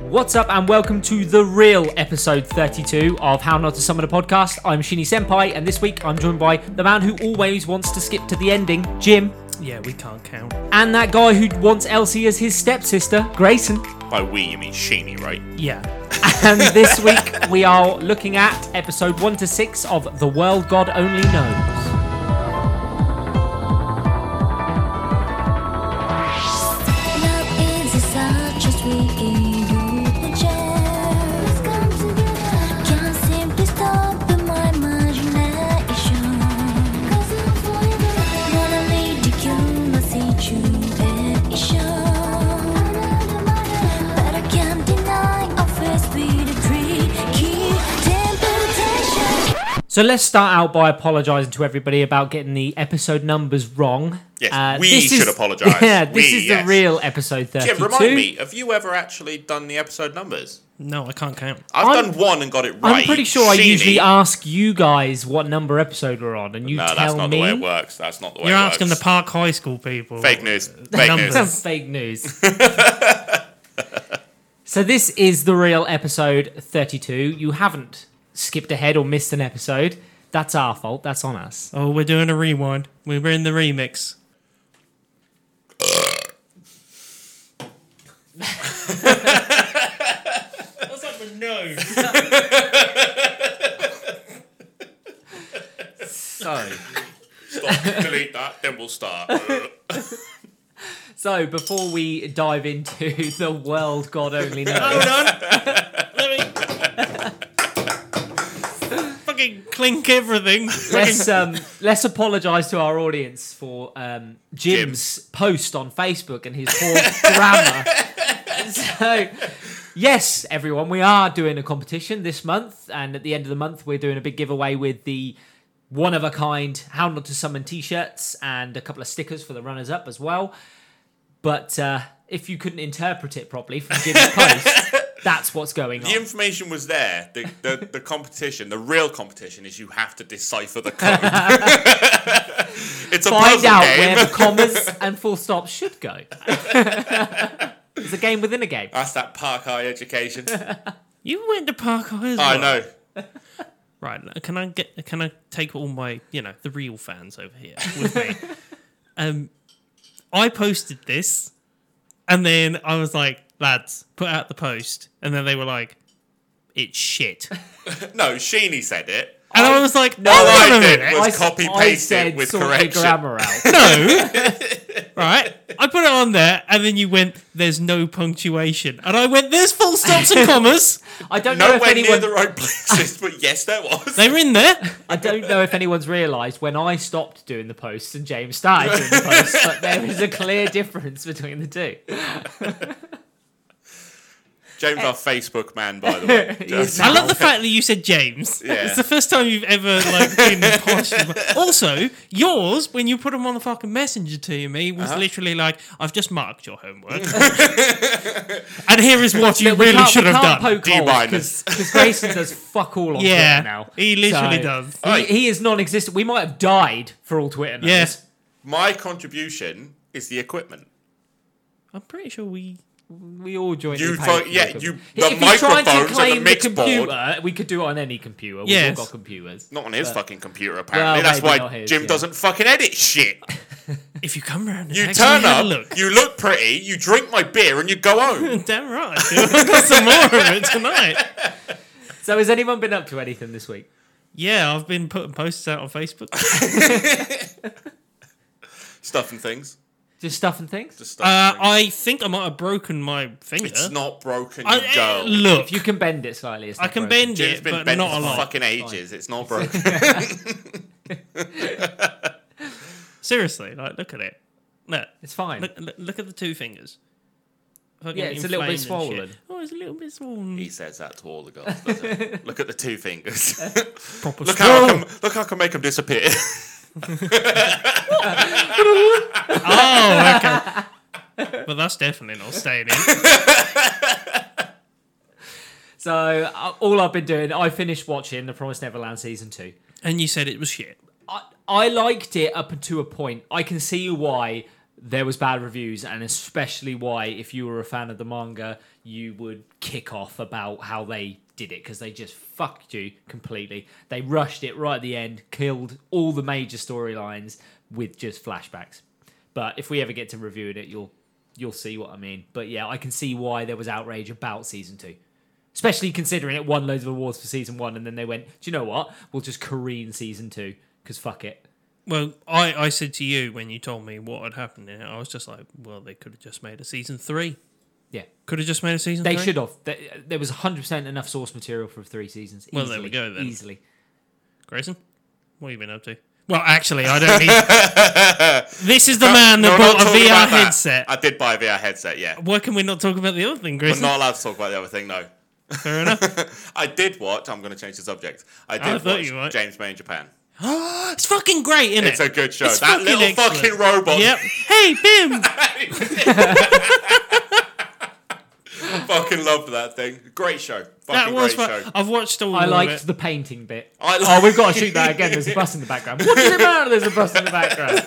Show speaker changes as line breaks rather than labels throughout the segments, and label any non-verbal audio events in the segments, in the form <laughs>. What's up, and welcome to The Real, episode 32 of How Not to Summon a Podcast. I'm Shinny Senpai, and this week I'm joined by the man who always wants to skip to the ending, Jim,
Yeah, we can't count.
and that guy who wants Elsie as his stepsister, Grayson.
By we, you mean Sheeny, right?
Yeah.
<laughs> And this week we are looking at episode 1 to 6 of The World God Only Knows.
Love is a such a sweet illusion. Can't simply stop my imagination. What a ridiculous situation. But I can't deny I'm faced with a tricky temptation.
So let's start out by apologising to everybody about getting the episode numbers wrong. Uh,
Yes, we should apologise.
<laughs> Yeah, this
We,
is
yes.
the real episode 32.
Jim, remind me, have you ever actually done the episode numbers?
No, I can't count.
I've
I'm-
done one and got it right.
I'm pretty sure I
Sheeny-
usually ask you guys what number episode we're on, and you
No,
tell
that's not
me.
the way it works. That's not the way
You're
Oh, it
asking
works.
the Park High School people.
<laughs>
Fake news. Fake
numbers.
news.
Sounds fake news. <laughs> so this is the real episode 32. You haven't skipped ahead or missed an episode. That's our fault. That's on us.
Oh, we're doing a rewind. We were in the remix. What's up with no?
So,
Stop. Delete that. Then
<laughs>
we'll start.
so before we dive into <laughs> the world God only knows,
Hold on. Let me. Fucking
<laughs>
clink everything.
let's um, let's apologise to our audience for um, Jim's post on Facebook and his poor grammar. <laughs> so, yes, everyone, we are doing a competition this month, and at the end of the month, we're doing a big giveaway with the one of a kind "How Not to Summon" T-shirts and a couple of stickers for the runners up as well. But uh, if you couldn't interpret it properly from Jim's post, that's what's going on.
the information was there. The, the, the competition, the real competition, is you have to decipher
<laughs>
the code. it's a
find
puzzle
out
game.
where the commas and full stops should go. <laughs> it's a game within a game.
<laughs> That's that park
<laughs>
high education.
You went to Park High. As
I
well.
know.
Right, now, can I get? Can I take all my, you know, the real fans over here with
<laughs>
me? um, I posted this, and then I was like, "Lads, put out the post," and then they were like, "It's shit," and
No, Sheeny said it.
I, was like, "No,
All
I
I did
did."
was
s-
copy
I
paste
said
it with
sort your
correction.
grammar out.
No, right? I put it on there, and then you went, "There's no punctuation," and I went, "There's full stops and commas.
I don't know if
Nowhere near
anyone.
the right <laughs> places, but yes, there was.
They were in there."
I don't know if anyone's realised when I stopped doing the posts and James started doing the posts, but there is a clear difference between the two.
James,
Eh.
our Facebook man, by the
<laughs>
way. Just-
I love the fact that you said James.
Yeah.
It's the first time you've ever like been posh. Also, yours when you put them on the fucking messenger to me was
Uh-huh.
literally like, "I've just marked your homework, <laughs> and here is what you
But we
really
can't-
should
we
have
can't
done."
poke
D
holes
minus.
because Grayson does fuck all on
yeah,
Twitter now.
he literally
So,
does.
He,
Right.
he is non-existent. We might have died for all Twitter knows.
Yeah.
My contribution is the equipment.
I'm pretty sure we.
We all joined.
You
in
try-
paid for
yeah,
the
you-
equipment.
the
if you tried
microphones
to
and the
claim
mix board.
computer, we could do it on any computer. We've
Yes.
all got computers.
Not on his fucking computer, apparently.
Well,
That's
maybe
why
not his,
Jim
yeah.
doesn't fucking edit shit.
If you come round, and
You
actually
turn
have
up,
a look.
you look pretty, you drink my beer, and you go
<laughs>
home.
Damn right, dude. I've got some more of it tonight.
So has anyone been up to anything this week?
Yeah, I've been putting posts out
<laughs>
on Facebook. Uh,
stuff and things.
Just stuff and things.
Just stuff
Uh,
and things.
I think I might have broken my finger.
It's not broken, you
I- eh,
girl.
look,
if you can bend it slightly, it's
I
not
can
broken.
bend
Jim's
it,
been
but
bent
not a
for
lot.
fucking ages. It's not broken.
<laughs> Seriously, like look at it. Look,
It's fine.
look, look, look at the two fingers. Fucking
Yeah, it's a little bit
inflamed and shit.
swollen.
Oh, it's a little bit swollen.
he says that to all the girls. doesn't he?
<laughs>
look at the two fingers. <laughs>
Proper
look how I can, look how I can make them disappear.
Oh, okay. but that's definitely not
<laughs>
staying in.
So uh, all I've been doing, I finished watching The Promised Neverland season two.
And you said it was shit.
I, I liked it up to a point. I can see why there was bad reviews, and especially why, if you were a fan of the manga, you would kick off about how they did it because they just fucked you completely. They rushed it right at the end, killed all the major storylines with just flashbacks. But if we ever get to reviewing it, you'll you'll see what I mean. But yeah, I can see why there was outrage about season two. Especially considering it won loads of awards for season one, and then they went, "Do you know what? We'll just careen season two because fuck it."
Well, I, I said to you when you told me what had happened in it, I was just like, well, they could have just made a season three.
Yeah,
Could have just made a season
they
three.
should have. They- There was 100 percent enough source material for three seasons.
Well, there we
Easily.
go then.
Easily,
Grayson, what have you been up to? Well, actually, I don't need.
<laughs>
this is the man
No,
that
we're not
bought a
talking
VR
about that.
headset.
I did buy a VR headset, yeah.
Why can we not talk about the other thing,
We're
Grayson?
not allowed to talk about the other thing, no.
Fair enough.
<laughs> I did watch. I'm going to change the subject. I did
I thought
watch
you might.
James May in Japan.
<gasps> it's fucking great, isn't
It's
it?
a good show.
It's
that
fucking
little
excellent.
fucking robot.
Yep. Hey, Bim.
<laughs> fucking loved that thing. Great show.
that
Fucking
was
great
fun.
show.
I've watched all.
I
of
liked
it.
the painting bit.
I
Oh, we've got to shoot that again. There's a bus in the background. What does it matter? There's a bus in the background.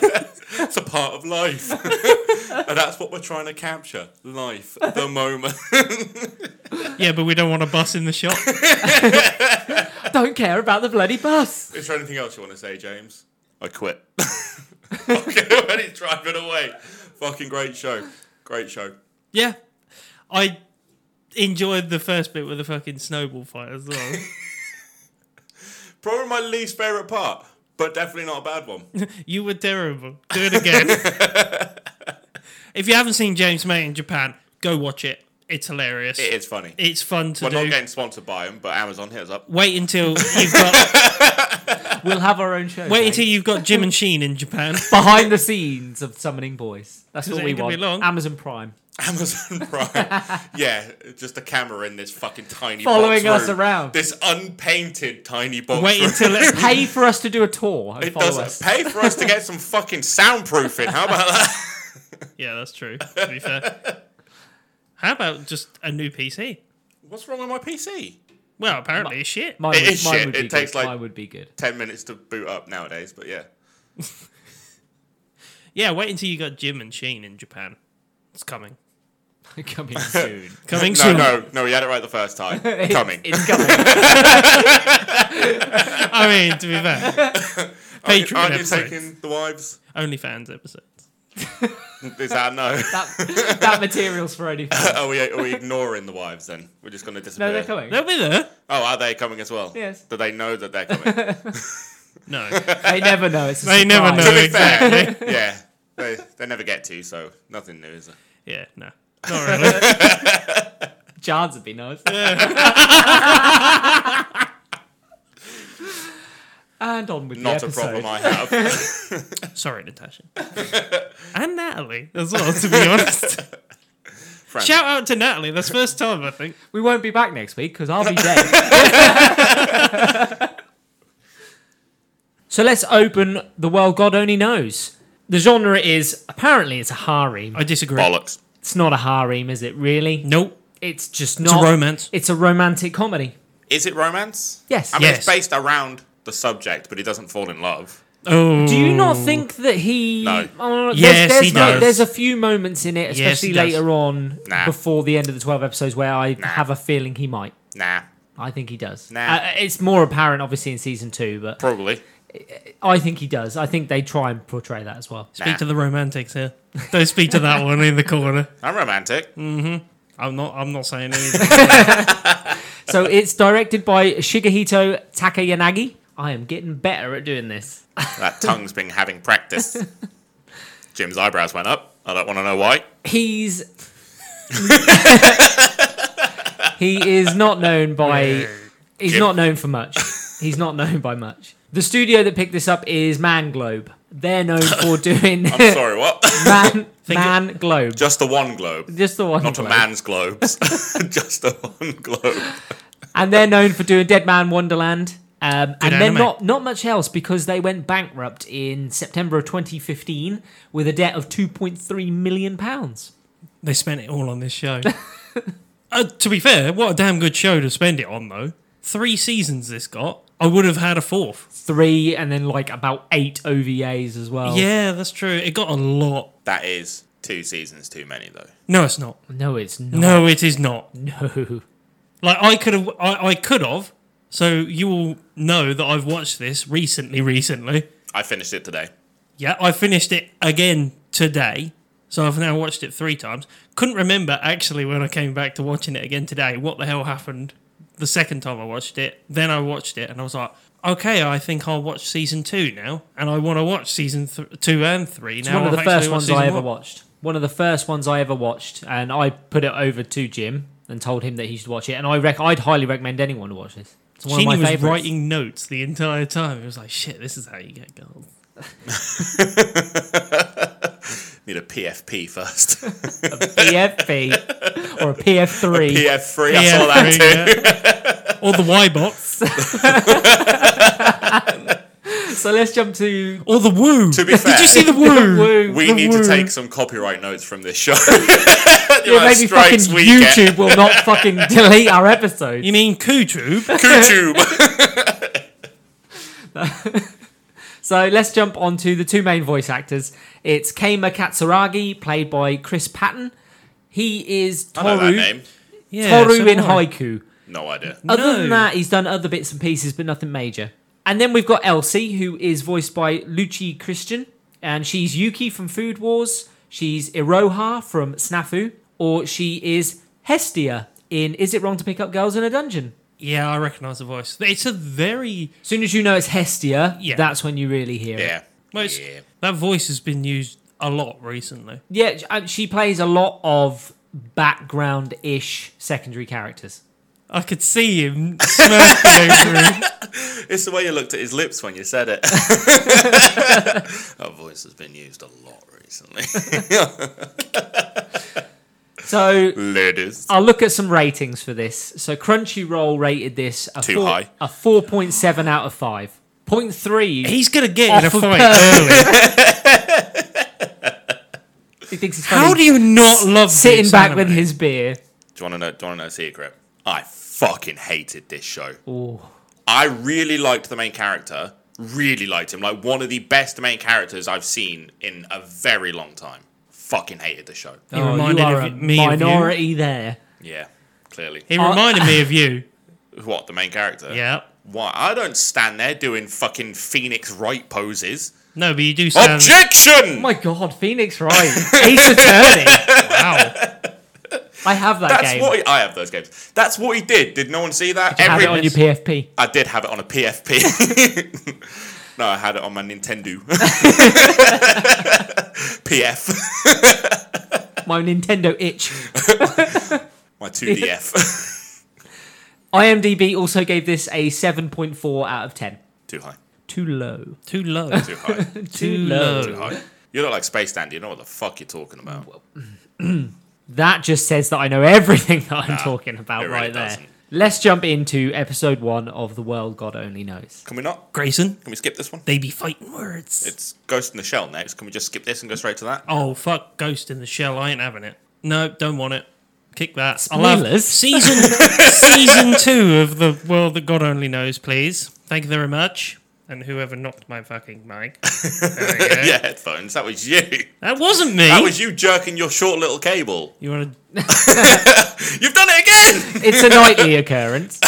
It's a part of life. <laughs> and that's what we're trying to capture. Life. The
<laughs>
moment. <laughs>
Yeah, but we don't want a bus in the shop.
I <laughs> don't care about the bloody bus.
Is there anything else you want to say, James? I quit. <laughs> okay, <laughs> when he's driving away. Fucking great show. Great show.
yeah, I enjoyed the first bit with the fucking snowball fight as
<laughs>
well.
Probably my least favourite part, but definitely not a bad
<laughs>
one.
You were terrible. Do it again.
<laughs>
if you haven't seen James May in Japan, go watch it. It's hilarious.
It is funny.
It's fun to
We're not
do.
getting sponsored by him, but Amazon hit us up. <laughs>
Wait until <laughs> you've got
We'll have our own show.
wait
mate.
until you've got Jim and Sheen in <laughs> Japan.
behind the scenes of Summoning Boys. That's what
it
we
ain't gonna
want.
be long.
Amazon Prime
Amazon
<laughs>
Prime. yeah, just a camera in this fucking tiny
Following
box
us
room.
around.
This unpainted tiny box.
Wait
room.
until it,
pay for us to do a tour and
<laughs> it
follow
doesn't
us.
pay for us to get some fucking soundproofing. How about
<laughs>
that?
<laughs> yeah, that's true. To be fair, how about just a new PC?
What's wrong with my PC?
Well, apparently it's shit.
Mine,
It
would-
is
mine
shit.
would be
It
good.
takes, like-
mine would be good. <laughs>
Ten minutes to boot up nowadays, but yeah.
yeah, wait until you got Jim and Sheen in Japan. It's coming.
Coming soon.
Coming
no,
soon.
no, no. He had it right the
<laughs>
first time.
It's-
Coming.
It's coming.
I mean, to
<laughs>
be fair, Patreon
Aren't you
episodes.
taking the wives?
OnlyFans episodes.
Is that
<laughs>
no?
that, that material's for only.
<laughs> are we are we ignoring the wives then? We're just going to disappear.
No, they're coming.
They'll be there.
Oh, are they coming as well?
Yes.
Do they know that they're coming? <laughs>
No.
They never know. It's a
They never
surprise.
know.
to be fair,
<laughs> Exactly.
yeah, they, they never get to, so nothing new, is it?
Yeah, no. Not really.
Jars would be nice. <laughs> and on with
Not
the
a
episode.
problem I have.
<laughs>
<laughs>
Sorry, Natasha. and Natalie as well, to be
<laughs>
honest.
Friend.
Shout out to Natalie. That's first time, I think.
We won't be back next week because I'll be dead. <laughs> so let's open the world God only knows. The genre is apparently it's a harem.
I disagree.
Bollocks.
It's not a harem, is it? Really?
Nope.
It's just
It's
not.
a romance.
It's a romantic comedy.
Is it romance?
Yes.
I mean,
Yes.
it's based around the subject, but he doesn't fall in love.
Oh.
Do you not think that he?
No.
Oh, there's,
Yes,
there's
he
no-
does.
There's a few moments in it,
Yes,
especially
he does.
later on,
Nah.
before the end of the twelve episodes, where I have a feeling he might.
Nah,
I think he does.
Nah.
Uh, it's more apparent, obviously, in season two, but
probably.
I think he does. I think they try and portray that as well.
Speak to the romantics here. <laughs> Don't speak to that one in the corner.
I'm romantic.
Mm.
I'm not. I'm not saying anything. <laughs>
So it's directed by Shigehito Takayanagi. I am getting better at doing this.
That tongue's been having practice.
<laughs>
Jim's eyebrows went up. I don't want to know why. <laughs>
He's he is not known by he's
Jim.
not known for much. He's not known by much. The studio that picked this up is Man Globe. They're known
<laughs>
for doing <laughs>
I'm sorry, what? <laughs>
Man
Think it-
Man Globe.
Just the one globe.
Just the one.
Not a
globe. <laughs>
man's globes. <laughs> Just a one globe.
and they're known for doing Dead Man Wonderland. Um, and then
anime.
not not much else because they went bankrupt in September of 2015 with a debt of 2.3 million pounds.
<laughs> they spent it all on this show. Uh, to be fair, what a damn good show to spend it on, though. Three seasons this got. I would have had a fourth.
Three and then like about eight OVAs as well.
Yeah, that's true. It got a lot
That is two seasons too many, though.
No, it's not.
No, it's not.
No, it is not.
<laughs> No.
Like I could have, I, I could have. So you all know that I've watched this recently. Recently,
I finished it today.
yeah, I finished it again today. So I've now watched it three times. Couldn't remember actually when I came back to watching it again today. What the hell happened the second time I watched it? Then I watched it and I was like, okay, I think I'll watch season two now, and I want to watch season th- two and three
It's
now.
one of the
I've actually
first
watched
ones
season
I ever
one.
watched. One of the first ones I ever watched, and I put it over to Jim and told him that he should watch it. And I rec- I'd highly recommend anyone to watch this. It's one
Genie
of my
was
favorites. <laughs>
writing notes the entire time. It was like, shit, this is how you get gold.
Need a PFP first. <laughs>
PFP or a PF3.
PF3, I
Yeah,
saw that too.
yeah. Or the
<laughs>
Y box.
so let's jump to
Or the woo.
To be fair,
Did you see the woo?
Woo.
we
the
need
woo.
to take some copyright notes from this show. <laughs>
yeah, maybe fucking YouTube will not fucking delete our episode.
You mean
<laughs>
Kutub? <laughs>
YouTube.
So let's jump on to the two main voice actors. It's Keima Katsuragi, played by Chris Patton. He is
I know that
Toru,
name.
Yeah,
Toru
so
in
do I.
Haiku.
No idea.
Other than
No.
that, he's done other bits and pieces, but nothing major. And then we've got Elsie, who is voiced by Lucci Christian, and she's Yuki from Food Wars. She's Iroha from Snafu, or she is Hestia in Is It Wrong to Pick Up Girls in a Dungeon?
Yeah, I recognise the voice. It's a very
As soon as you know it's Hestia,
Yeah.
that's when you really hear it.
Yeah.
well, it's-
Yeah.
that voice has been used a lot recently.
Yeah, and she plays a lot of background-ish secondary characters.
I could see him smirk going through.
It's the way you looked at his lips when you said
<laughs>
it. <laughs> That voice has been used a lot
<laughs>
recently.
So
Ladies.
I'll look at some ratings for this. So Crunchyroll rated this a
Too
four,
high.
a four point seven out of five. Point three. He,
He's gonna get in a
Off of
fight <laughs>
her.
early.
thinks he's funny.
How do you not love
sitting
this
back
anime?
with his beer?
Do you want to know? Do you want to know a secret? I fucking hated this show.
Ooh.
I really liked the main character. Really liked him. Like one of the best main characters I've seen in a very long time. Fucking hated the show.
He
Oh,
reminded
you are
of
a
me of you.
minority there.
Yeah, clearly.
He reminded me of <laughs> you.
What the main character?
Yeah.
Why? I don't stand there doing fucking Phoenix Wright poses.
No, but you do sound.
Oh
Objection!
my god, Phoenix Wright, <laughs> Ace
<laughs>
Attorney.
Wow.
I have that
That's
game.
what he, I have those games. That's what he did. Did no one see that?
have it on your PFP.
I did have it on
<laughs>
a PFP. no, I had it on my Nintendo. PF,
My Nintendo itch.
my 2DF.
IMDb also gave this a seven point four out of ten.
Too high.
Too low.
Too low.
Too high.
<laughs> Too
Too high. You look like Space Dandy. You know what the fuck you're talking about.
That just says that I know everything that I'm talking about
it really
right there.
doesn't.
Let's jump into episode one of The World God Only Knows.
Can we not?
Grayson,
Can we skip this one?
they be fighting words.
It's Ghost in the Shell next. Can we just skip this and go straight to that?
oh, fuck, Ghost in the Shell. I ain't having it. No, don't want it. Kick that. I'll
Spoilers. <laughs>
season, season two of The World That God Only Knows, please. Thank you very much. And whoever knocked my
<laughs>
fucking mic. There we go.
Yeah, headphones. That was you.
That wasn't me.
That was you jerking your short little cable.
you want to.
You've done
<laughs>
it again.
It's a
<laughs>
nightly occurrence.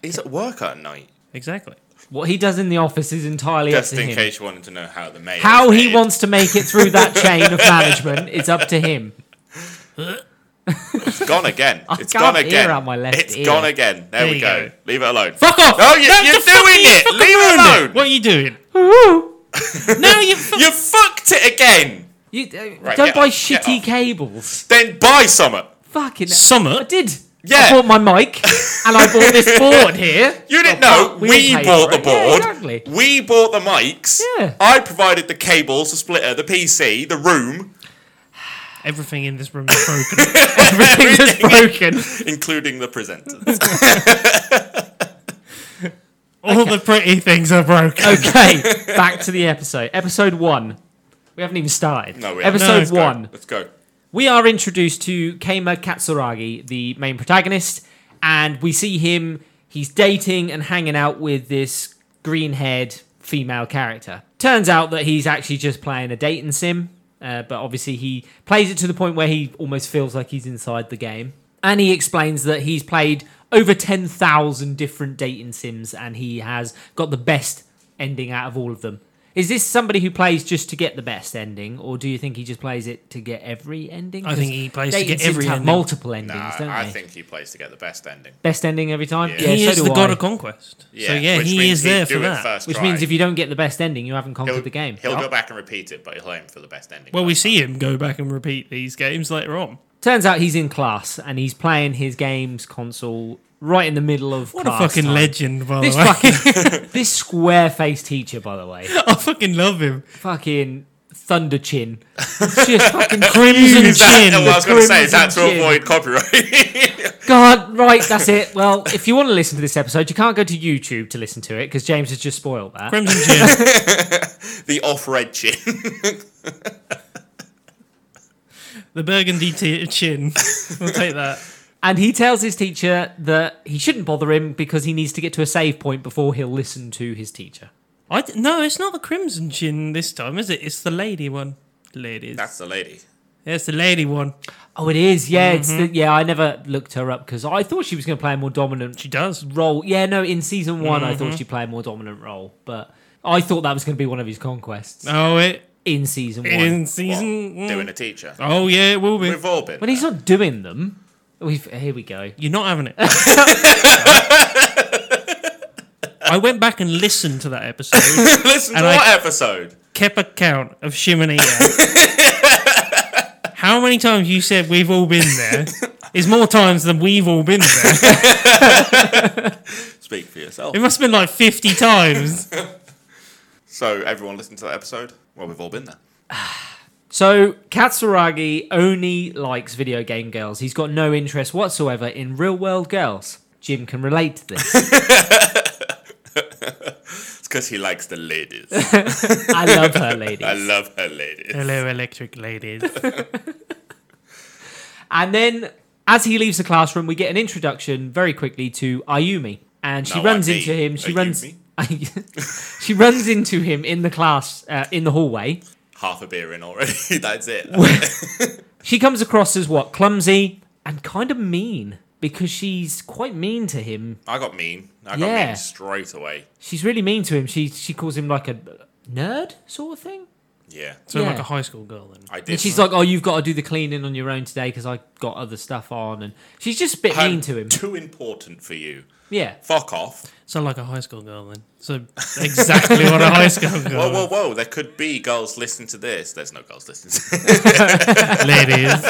He's at work at night.
Exactly.
What he does in the office is entirely
Just
up to
in
him.
case you wanted to know how the mail.
How
is
he
made.
wants to make it through
<laughs>
that chain of management is up to him.
It's gone again.
<laughs> I
It's
can't
gone
hear
again.
out my left
It's
ear.
gone again. There,
There
we
you
go.
go.
Leave it alone.
Fuck off!
No, you,
Don't
you're
the fuck-
doing
you
it.
fucking
Leave it alone.
What are you doing?
Woo!
No, you. Fu-
You fucked it again.
You, uh,
Right,
don't
get
buy
off, get
shitty
off.
cables.
Then buy some.
Fucking I
Summer.
did. I
Yeah.
bought my mic
<laughs>
and I bought this board here.
You didn't
Well,
know
fuck, we
we,
didn't pay
bought
for
the
it. Yeah,
board.
exactly.
We bought the mics.
Yeah.
I provided the cables, the splitter, the PC, the room, <laughs>
Everything in this room is broken.
Everything was broken.
including the presenter.
All the pretty things are
Oh,
broken.
Okay, back to the episode. Episode one. We haven't even started.
No, we haven't.
No,
episode
let's go.
one.
Let's go.
We are introduced to Keima Katsuragi, the main protagonist, and we see him. He's dating and hanging out with this green haired female character. Turns out that he's actually just playing a dating sim, uh, but obviously he plays it to the point where he almost feels like he's inside the game. And he explains that he's played over 10,000 different dating sims and he has got the best ending out of all of them. Is this somebody who plays just to get the best ending, or do you think he just plays it to get every ending?
I think he
'Cause
plays to
dating
get
sims
every
have
ending.
multiple endings,
Nah,
don't
I
they?
think he plays to get the best ending.
Best ending every time.
Yeah.
Yeah,
he
so
is
do
the
I.
god of conquest. so yeah,
which
he
means
is
he'd
there
do
for
it
that.
first
Which
try.
means if you don't get the best ending, you haven't conquered
He'll-
the game.
he'll go back and repeat it, but he'll aim for the best ending.
Well, we
That's
see him go back and repeat these games later on.
Turns out he's in class and he's playing his games console right in the middle of
What
class
a fucking
time.
legend, by
This
the
<laughs>
way.
fucking this square faced teacher, by the way,
I fucking love him.
fucking thunder
<laughs>
chin, It's just fucking crimson
Is that,
chin.
well, I was going to say, is that to
Crimson chin.
avoid
<laughs>
copyright?
God, right, that's it. Well, if you want to listen to this episode, you can't go to YouTube to listen to it because James has just spoiled that.
Crimson <laughs> Jim.
the off-red chin. <laughs>
the burgundy t- chin. We'll take that.
And he tells his teacher that he shouldn't bother him because he needs to get to a save point before he'll listen to his teacher.
I d- no, it's not the crimson chin this time, is it? It's the lady one. Ladies.
That's the lady.
Yeah, it's the lady one.
Oh, it is. Yeah, it's the, yeah. I never looked her up because I thought she was going to play a more dominant
She does.
role. Yeah, no, in season one, I thought she played a more dominant role, but I thought that was going to be one of his conquests
Oh, it
in season one.
in
What?
season. mm.
Doing a teacher.
Oh yeah, it will be.
We've all been.
But he's
there.
not doing them. We've, here we go.
You're not
<laughs>
having it. I went back and listened to that episode,
Listen to
and I-
what episode?
kept a count
<laughs>
of Shimonia. How many times you said we've all been there is more times than we've all been there.
Speak for yourself.
It must have been like 50 times.
So everyone listened to that episode. Well, we've all been there.
So Katsuragi only likes video game girls. He's got no interest whatsoever in real world girls. Jim can relate to this.
It's because he likes
<laughs>
the ladies.
I love her, ladies.
I love her ladies.
Hello, electric ladies.
And then, as he leaves the classroom, we get an introduction very quickly to Ayumi, and she
No,
runs
I mean
into him. She
Ayumi.
runs. <laughs> she runs into him in the class uh, in the hallway.
Half a beer in already. <laughs> That's it.
She comes across as what clumsy and kind of mean because she's quite mean to him.
I got mean. I got
Yeah.
mean straight away.
She's really mean to him. She she calls him like a nerd sort of thing.
Yeah,
So
Yeah.
like a high school girl then.
I did.
And she's like, "Oh, you've got to do the cleaning on your own today because I got other stuff on." And she's just a bit
I'm
mean to him.
Too important for you.
Yeah.
Fuck off.
So like a high school girl then. So exactly what a high school
Whoa,
girl.
whoa, whoa. There could be girls listening to this. There's no girls listening to <laughs> this. <laughs>
Ladies.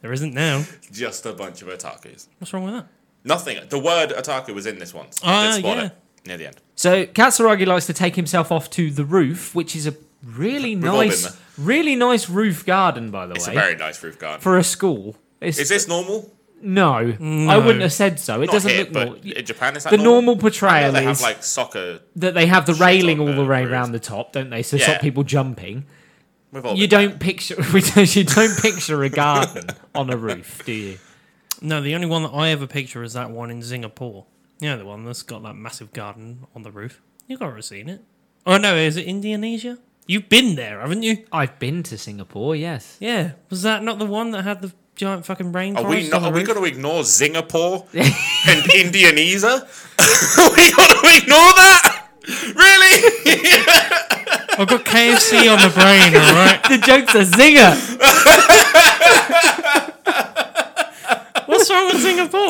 There isn't now.
Just a bunch of otakus.
What's wrong with that?
Nothing. The word otaku was in this one. So I
Ah,
did spot
yeah.
it near the end.
So Katsuragi likes to take himself off to the roof, which is a really
all been
nice,
there.
really nice roof garden, by the
It's
way,
a very nice roof garden.
for a school. It's,
Is this normal?
no, I wouldn't have said so. It
Not
doesn't
here,
look
but
normal.
in Japan is that
The normal
I know
portrayal
they
is
have like soccer.
that they have the railing
on
all the
the
way
roofs.
around the top, don't they? So
Yeah.
stop people jumping.
We've all
You
been
don't picture, <laughs> we don't- you don't picture a
<laughs>
garden on a roof, do you?
No, the only one that I ever picture is that one in Singapore. You know, the one that's got that massive garden on the roof. You've already seen it. Oh, no, is it Indonesia? You've been there, haven't you?
I've been to Singapore, yes.
Yeah. Was that not the one that had the giant fucking rainforest
Are we
on
not?
the
Are we
roof?
going to
<laughs>
ignore Singapore and Indonesia? <laughs> are we going to ignore that? Really? <laughs>
I've got KFC on <laughs> the brain, all right?
The joke's a zinger.
What's wrong with Singapore?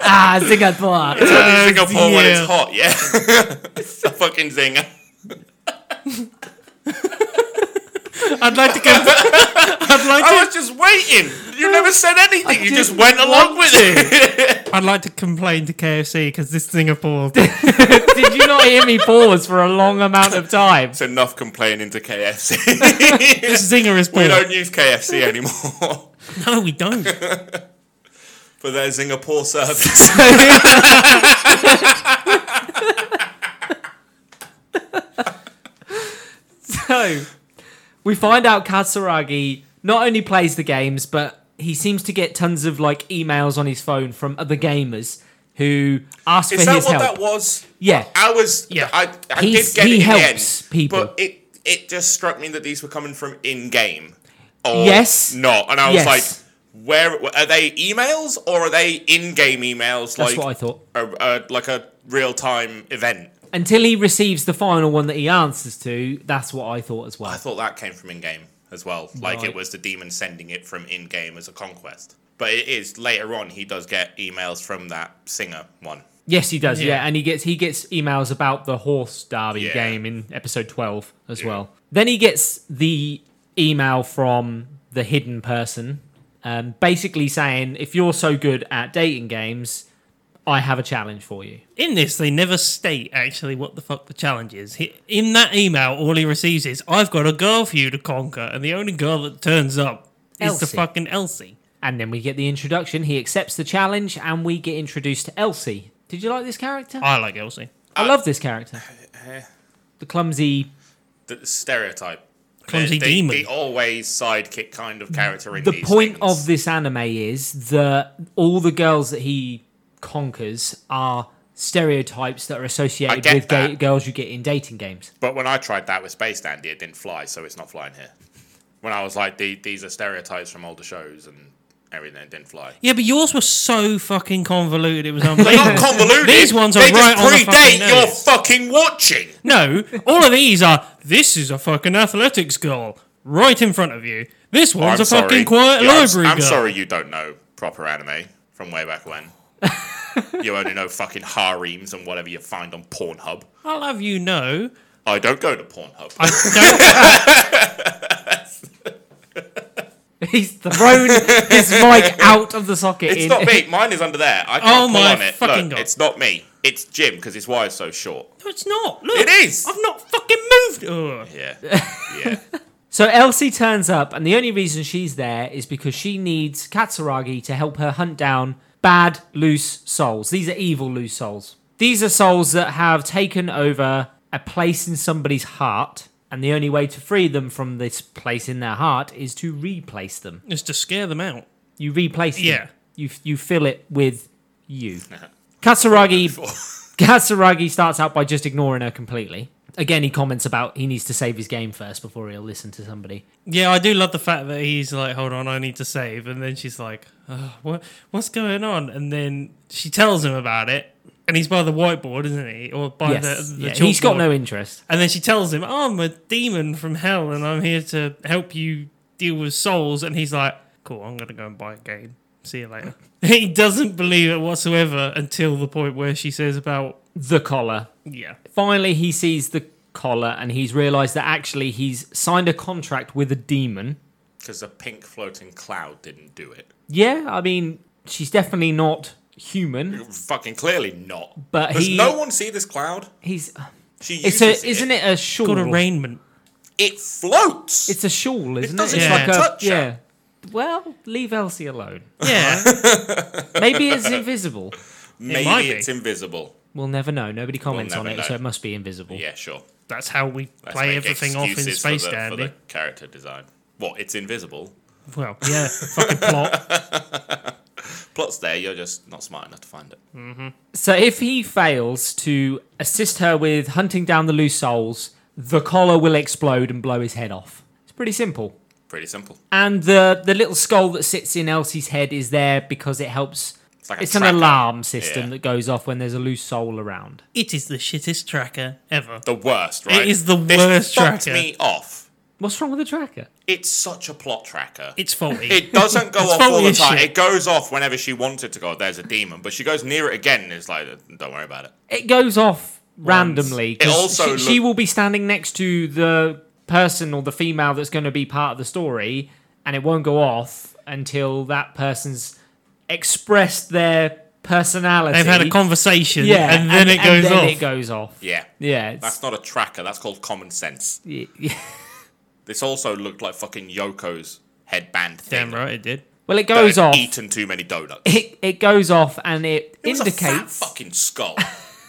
Ah, Singapore.
Only Singapore when it's
yeah.
hot, yeah. <laughs> it's a fucking zinger.
I'd like to go. <laughs> I'd like
I was just waiting. You never said anything. You just went along with it. <laughs>
to. I'd like to complain to KFC because this Singapore. <laughs>
Did you not hear me pause for a long amount of <laughs> time?
It's enough complaining
<laughs>
to <laughs> KFC.
this zinger is
we
poor.
don't use KFC anymore <laughs>
No, we don't.
for their Singapore service.
So we find out Katsuragi not only plays the games, but he seems to get tons of like emails on his phone from other gamers who asked
Is
for
that
his
what
help.
that was?
Yeah.
I was.
Yeah.
Yeah. I, I
He's-
did get
he
it in
helps
the end,
people.
But it it just struck me that these were coming from in game. Or
Yes.
Not, and I was
Yes.
like, where are they emails or are they in game emails?
That's
like
what I thought.
A, a, like a real time event.
Until he receives the final one that he answers to, that's what I thought as well.
I thought that came from in game as well. Like
Right.
it was the demon sending it from in game as a conquest. But it is later on he does get emails from that singer one.
yes, he does. Yeah.
Yeah.
and he gets he gets emails about the horse derby
Yeah.
game in episode twelve as
Yeah.
well. Then he gets the email from the hidden person, um, basically saying, "If you're so good at dating games, I have a challenge for you."
In this, they never state actually what the fuck the challenge is. He, in that email, all he receives is, I've got a girl for you to conquer, and the only girl that turns up is the
Elsie.
fucking Elsie.
And then we get the introduction. He accepts the challenge, and we get introduced to Elsie. Did you like this character?
I like Elsie.
I love this character. The clumsy,
The stereotype.
Clumsy
the, the-
demon.
The always sidekick kind of character in
the
these
point
things.
of this anime is that all the girls that he conquers are stereotypes that are associated
get
with ga-
that.
girls you get in dating games. <laughs>
But when I tried that with Space Dandy, it didn't fly, so it's not flying here. When I was like, the- these are stereotypes from older shows and everything, it didn't fly.
Yeah, but yours was so fucking
<laughs>
convoluted. It was
They're not
unbelievable.
convoluted.
These ones are
they
right on the
just predate
fucking
your
nose.
fucking watching.
no, all of these are. This is a fucking athletics girl right in front of you. This one's
I'm
a fucking
sorry.
quiet
Yeah, I'm s-
library
I'm,
girl.
sorry you don't know proper anime from way back
<laughs>
when. you only know fucking harems and whatever you find on Pornhub.
I'll have you know.
I don't go to Pornhub.
I don't,
He's thrown his
<laughs>
mic out of the socket.
it's
in-
not
<laughs>
me. Mine is under there. I can't
Oh
pull
my
on it.
fucking
Look,
God.
it's not me. It's Jim because his wire's so short.
no, it's not. Look,
It is.
I've not fucking moved. Ugh.
Yeah.
<laughs>
Yeah. <laughs>
So Elsie turns up, and the only reason she's there is because she needs Katsuragi to help her hunt down bad loose souls. These are evil loose souls. These are souls that have taken over a place in somebody's heart, and the only way to free them from this place in their heart is to replace them.
It's to scare them out.
You replace them.
Yeah.
You you fill it with you. Katsuragi Katsuragi starts out by just ignoring her completely. Again, he comments about he needs to save his game first before he'll listen to somebody.
Yeah, I do love the fact that he's like, "Hold on, I need to save," and then she's like, "Ugh, "What? What's going on?" And then she tells him about it, and he's by the whiteboard, isn't he? Or by
yes.
the, the
yeah, he's got
chalkboard.
no interest.
And then she tells him, oh, "I'm a demon from hell, and I'm here to help you deal with souls." And he's like, "Cool, I'm gonna go and buy a game. See you later." <laughs> he doesn't believe it whatsoever until the point where she says about,
The collar.
"Yeah,
Finally, he sees the collar and he's realised that actually he's signed a contract with a demon.
Because the pink floating cloud didn't do it.
Yeah, I mean, she's definitely not human,
Fucking clearly not.
But
Does
he-
no one see this cloud?
he's.
She
It's
uses
a, isn't
it?
it a shawl?
called arraignment."
It floats.
It's a shawl, isn't it?
doesn't
It's
even
touch her.
yeah. Well, leave Elsie alone.
<laughs> Yeah,
Maybe it's invisible.
Maybe
might be.
it's invisible.
We'll never know. Nobody comments
never
on it,
know.
so it must be invisible.
Yeah, sure.
that's how we
Let's
play
make
everything off in
excuses
Space
for the,
Dandy.
For the character design. What? It's invisible.
Well, yeah, fucking plot. <laughs>
Plot's there. You're just not smart enough to find it.
So if he fails to assist her with hunting down the loose souls, the collar will explode and blow his head off. It's pretty simple.
Pretty simple.
And the the little skull that sits in Elsie's head is there because it helps.
It's like a
It's an
tracker.
alarm system
Yeah.
that goes off when there's a loose soul around.
It is the shittest tracker ever.
The worst, right?
is the
This
worst
fucked
tracker.
me off.
What's wrong with the tracker?
It's such a plot tracker.
It's faulty.
<laughs>
It doesn't go
It's
off all
faulty
the
as
time.
shit.
It goes off whenever she wants it to go. off. There's a demon, but she goes near it again, and it's like, don't worry about it.
It goes off randomly. 'cause
It also
she, she
look-
will be standing next to the person or the female that's going to be part of the story, and it won't go off until that person's expressed their personality.
They've <laughs> had a conversation,
yeah,
and then it
and
goes
then
off.
It goes off.
Yeah,
Yeah, it's-
that's not a tracker. That's called common sense.
yeah.
This also looked like fucking Yoko's headband thing.
Damn right, it did.
Well, it
that
goes
had
off.
Eaten too many donuts.
It, it goes off and it,
It was a
indicates.
fat
<laughs>
fucking skull. It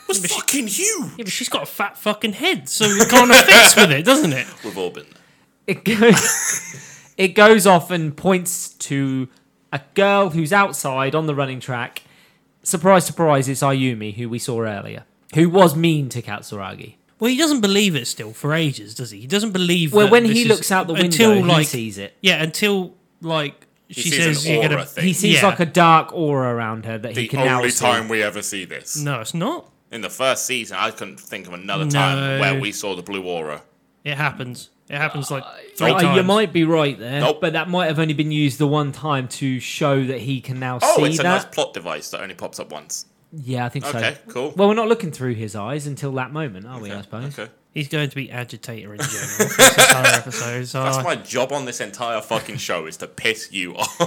was fucking huge.
Yeah, but she's got a fat fucking head, so <laughs> it kind of fits with it, doesn't it?
We've all been there.
it goes it goes off and points to a girl who's outside on the running track surprise, surprise, it's Ayumi, who we saw earlier, who was mean to Katsuragi.
Well, he doesn't believe it still for ages, does he? He doesn't believe.
Well,
that
when
this
he
is-
looks out the window,
until
he
like
sees it.
yeah, until like she
sees an
says you're
aura
gonna.
thing.
He sees
Yeah.
like a dark aura around her that he
The
can now
only
see.
time we ever see this.
No, it's not.
In the first season, I couldn't think of another
No.
time where we saw the blue aura.
It happens. It happens like three
Uh,
times.
you might be right there,
Nope.
but that might have only been used the one time to show that he can now
Oh,
see
it's a
that.
nice plot device that only pops up once.
Yeah, I think
Okay,
so.
cool.
Well, we're not looking through his eyes until that moment, are we? I suppose.
Okay.
He's going to be agitator in general for
<laughs>
this entire episode. So
That's
I-
my job on this entire fucking show is to piss you <laughs> off.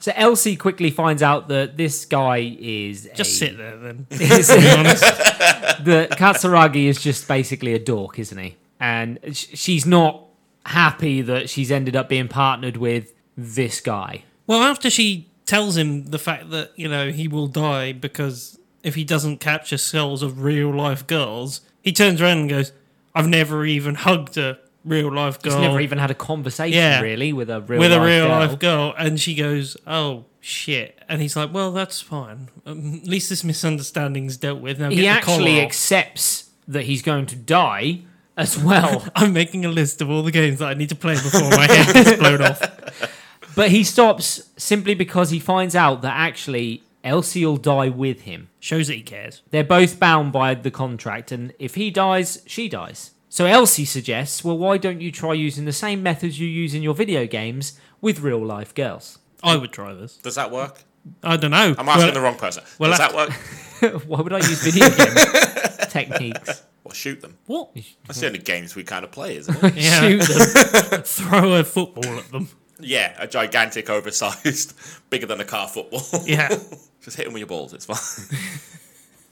So Elsie quickly finds out that this guy is
just
a-
sit
<laughs>
there then.
is-
To be honest.
that Katsuragi is just basically a dork, isn't he? And sh- she's not happy that she's ended up being partnered with this guy.
Well, after she tells him the fact that you know he will die because if he doesn't capture souls of real life girls, he turns around and goes, "I've never even hugged a real life girl."
She's never even had a conversation
Yeah.
really with a real
with
life
a real
girl.
life girl, and she goes, "Oh shit!" And he's like, "Well, that's fine. Um, at least this misunderstanding's dealt with." Now
He
get the collar
actually
off."
accepts that he's going to die as
<laughs>
well,
I'm making a list of all the games that I need to play before my head gets blown off.
<laughs> but he stops simply because he finds out that actually Elsie will die with him.
Shows that he cares.
They're both bound by the contract, and if he dies, she dies. So Elsie suggests, well, why don't you try using the same methods you use in your video games with real life girls? <laughs>
I would try this.
Does that work?
I don't know.
I'm asking
Well,
the wrong person.
well,
Does that
that's-
work?
why would I use
<laughs>
video game techniques?
Or shoot them.
what?
That's the only games we kind of play, isn't
<laughs>
it?
<laughs> Yeah.
Shoot them.
Throw a football
<laughs>
at them.
yeah, a gigantic, oversized, <laughs> bigger than a car football.
Yeah.
<laughs> Just hit them with your balls. It's fine. <laughs>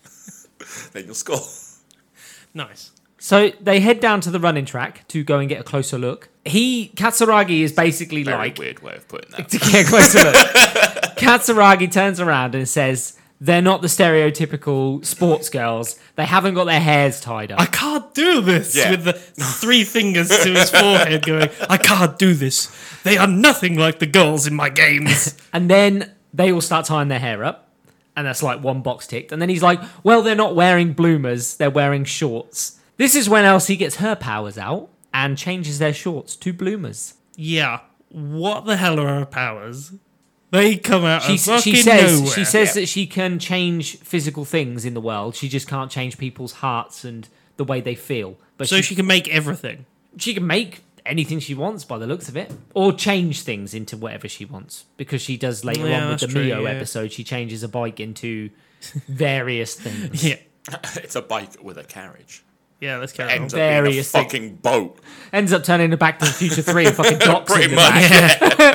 then you'll score.
<laughs> Nice.
So they head down to the running track to go and get a closer look. He, Katsuragi, is basically
Very
like,
weird way of putting that.
to <laughs> get a closer look. Katsuragi turns around and says, they're not the stereotypical sports girls. They haven't got their hairs tied up.
I can't do this
Yeah.
with the three fingers to his forehead going, I can't do this. They are nothing like the girls in
<laughs>
my games.
And then they all start tying their hair up. And that's like one box ticked. And then he's like, well, they're not wearing bloomers, they're wearing shorts. This is when Elsie gets her powers out and changes their shorts to bloomers.
yeah. What the hell are her powers? They come out
She,
of fucking
she says
nowhere.
she says that she can change physical things in the world. She just can't change people's hearts and the way they feel. But
so
she,
she can
<laughs>
make everything.
she can make anything she wants by the looks of it, or change things into whatever she wants. Because she does later
Yeah,
on with
that's
the
true,
Mio
yeah.
episode, she changes a bike into <laughs> various things.
Yeah.
<laughs> it's a bike with a carriage.
Yeah, let's carry on.
Ends up being a
Various thing-
fucking boat.
ends up turning into Back to the Future 3 and
<laughs>
fucking drops
Pretty
him in the
much.
back.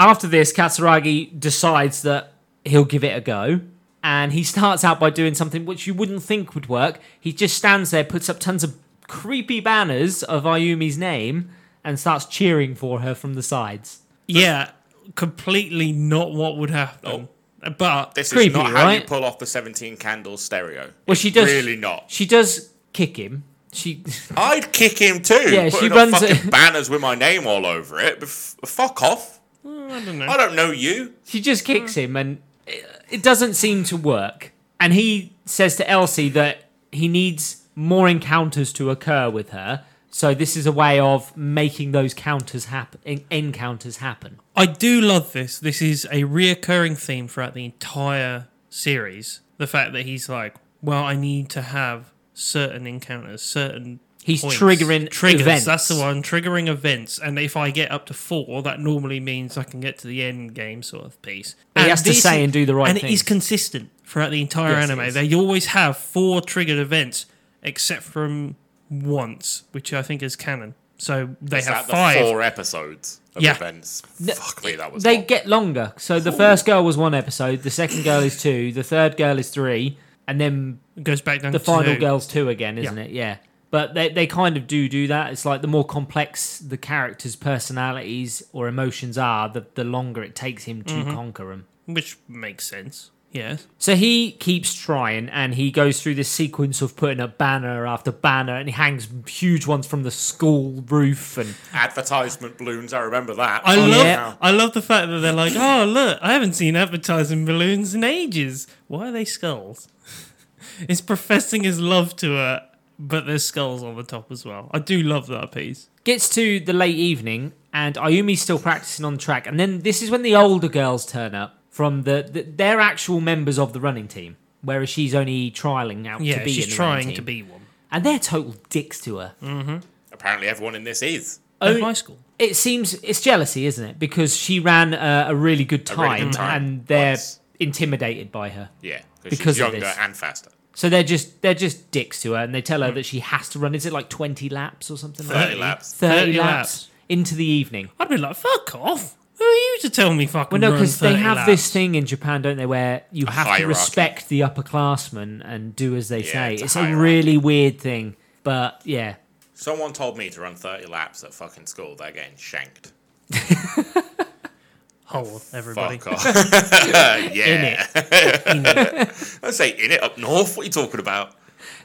After this, Katsuragi decides that he'll give it a go. And he starts out by doing something which you wouldn't think would work. He just stands there, puts up tons of creepy banners of Ayumi's name, and starts cheering for her from the sides.
Yeah, completely not what would happen. But
Oh. This
Creepy,
is not how you
right?
pull off the 17 candles stereo.
Well, she does.
Really not.
She does kick him. She <laughs>
I'd kick him too.
Yeah,
Yeah,
she
she
runs
up fucking
it-
banners with my name all over it. But f- fuck off.
Mm, I don't know.
I don't know you.
she just kicks him, and it- it doesn't seem to work. And he says to Elsie that he needs more encounters to occur with her. So this is a way of making those counters happen, en- encounters happen.
I do love this. This is a reoccurring theme throughout the entire series. The fact that he's like, well, I need to have certain encounters, certain.
He's
points."
triggering
triggers.
events.
That's the one. Triggering events, and if I get up to four, that normally means I can get to the end game sort of piece.
He
And
has to
this
say
is-
and do the right
And it
things.
is consistent throughout the entire
Yes, it
anime.
is.
They always have four triggered events, except from once, which I think is canon. So they
Is that
have
the
five.
four episodes of
Yeah.
events?
Th-
Fuck me, that was
They
long.
get longer. So the first girl was one episode, the second girl is two, the third girl is three, and then
It goes back down
the
to
final
two.
girl's two again, isn't
Yeah.
it? Yeah. But they, they kind of do do that. It's like the more complex the character's
Mm-hmm.
personalities or emotions are, the, the longer it takes him to conquer 'em. conquer them.
which makes sense. Yes.
So he keeps trying and he goes through this sequence of putting up banner after banner and he hangs huge ones from the school roof and
Advertisement balloons, I remember that.
I
Fucking
love
hell.
I love the fact that they're like, oh look, I haven't seen advertising balloons in ages. Why are they skulls? <laughs> It's professing his love to her, but there's skulls on the top as well. I do love that piece.
gets to the late evening and Ayumi's still practicing on the track and then this is when the older girls turn up from the, the they're actual members of the running team whereas she's only trialing out
Yeah,
to be
she's
in the running
trying to
team.
be one.
and they're total dicks to her.
Apparently, everyone in this is.
At
Oh,
high school.
it seems it's jealousy, isn't it? Because she ran a, a really good
A
time,
really good time.
and they're
Once.
intimidated by her.
Yeah,
Because
because she's
of
younger
this.
and faster.
So they're just they're just dicks to her, and they tell her that she has to run. Is it like twenty laps or something? like
30
that?
Hmm. laps.
30,
30
laps,
laps.
into the evening.
I'd be like, fuck off. Who are you to tell me
Well,
fucking
no,
run
because they
30
have
laps?
this thing in Japan, don't they, where you have
hierarchy.
to respect the upperclassmen and do as they
Yeah,
say.
it's a
It's a,
hierarchy.
really weird thing, but yeah,
Someone told me to run 30 laps at fucking school. They're getting shanked.
hole, everybody. <laughs>
Fuck off. <laughs> yeah.
in it.
<laughs> I say in it up north. What are you talking about?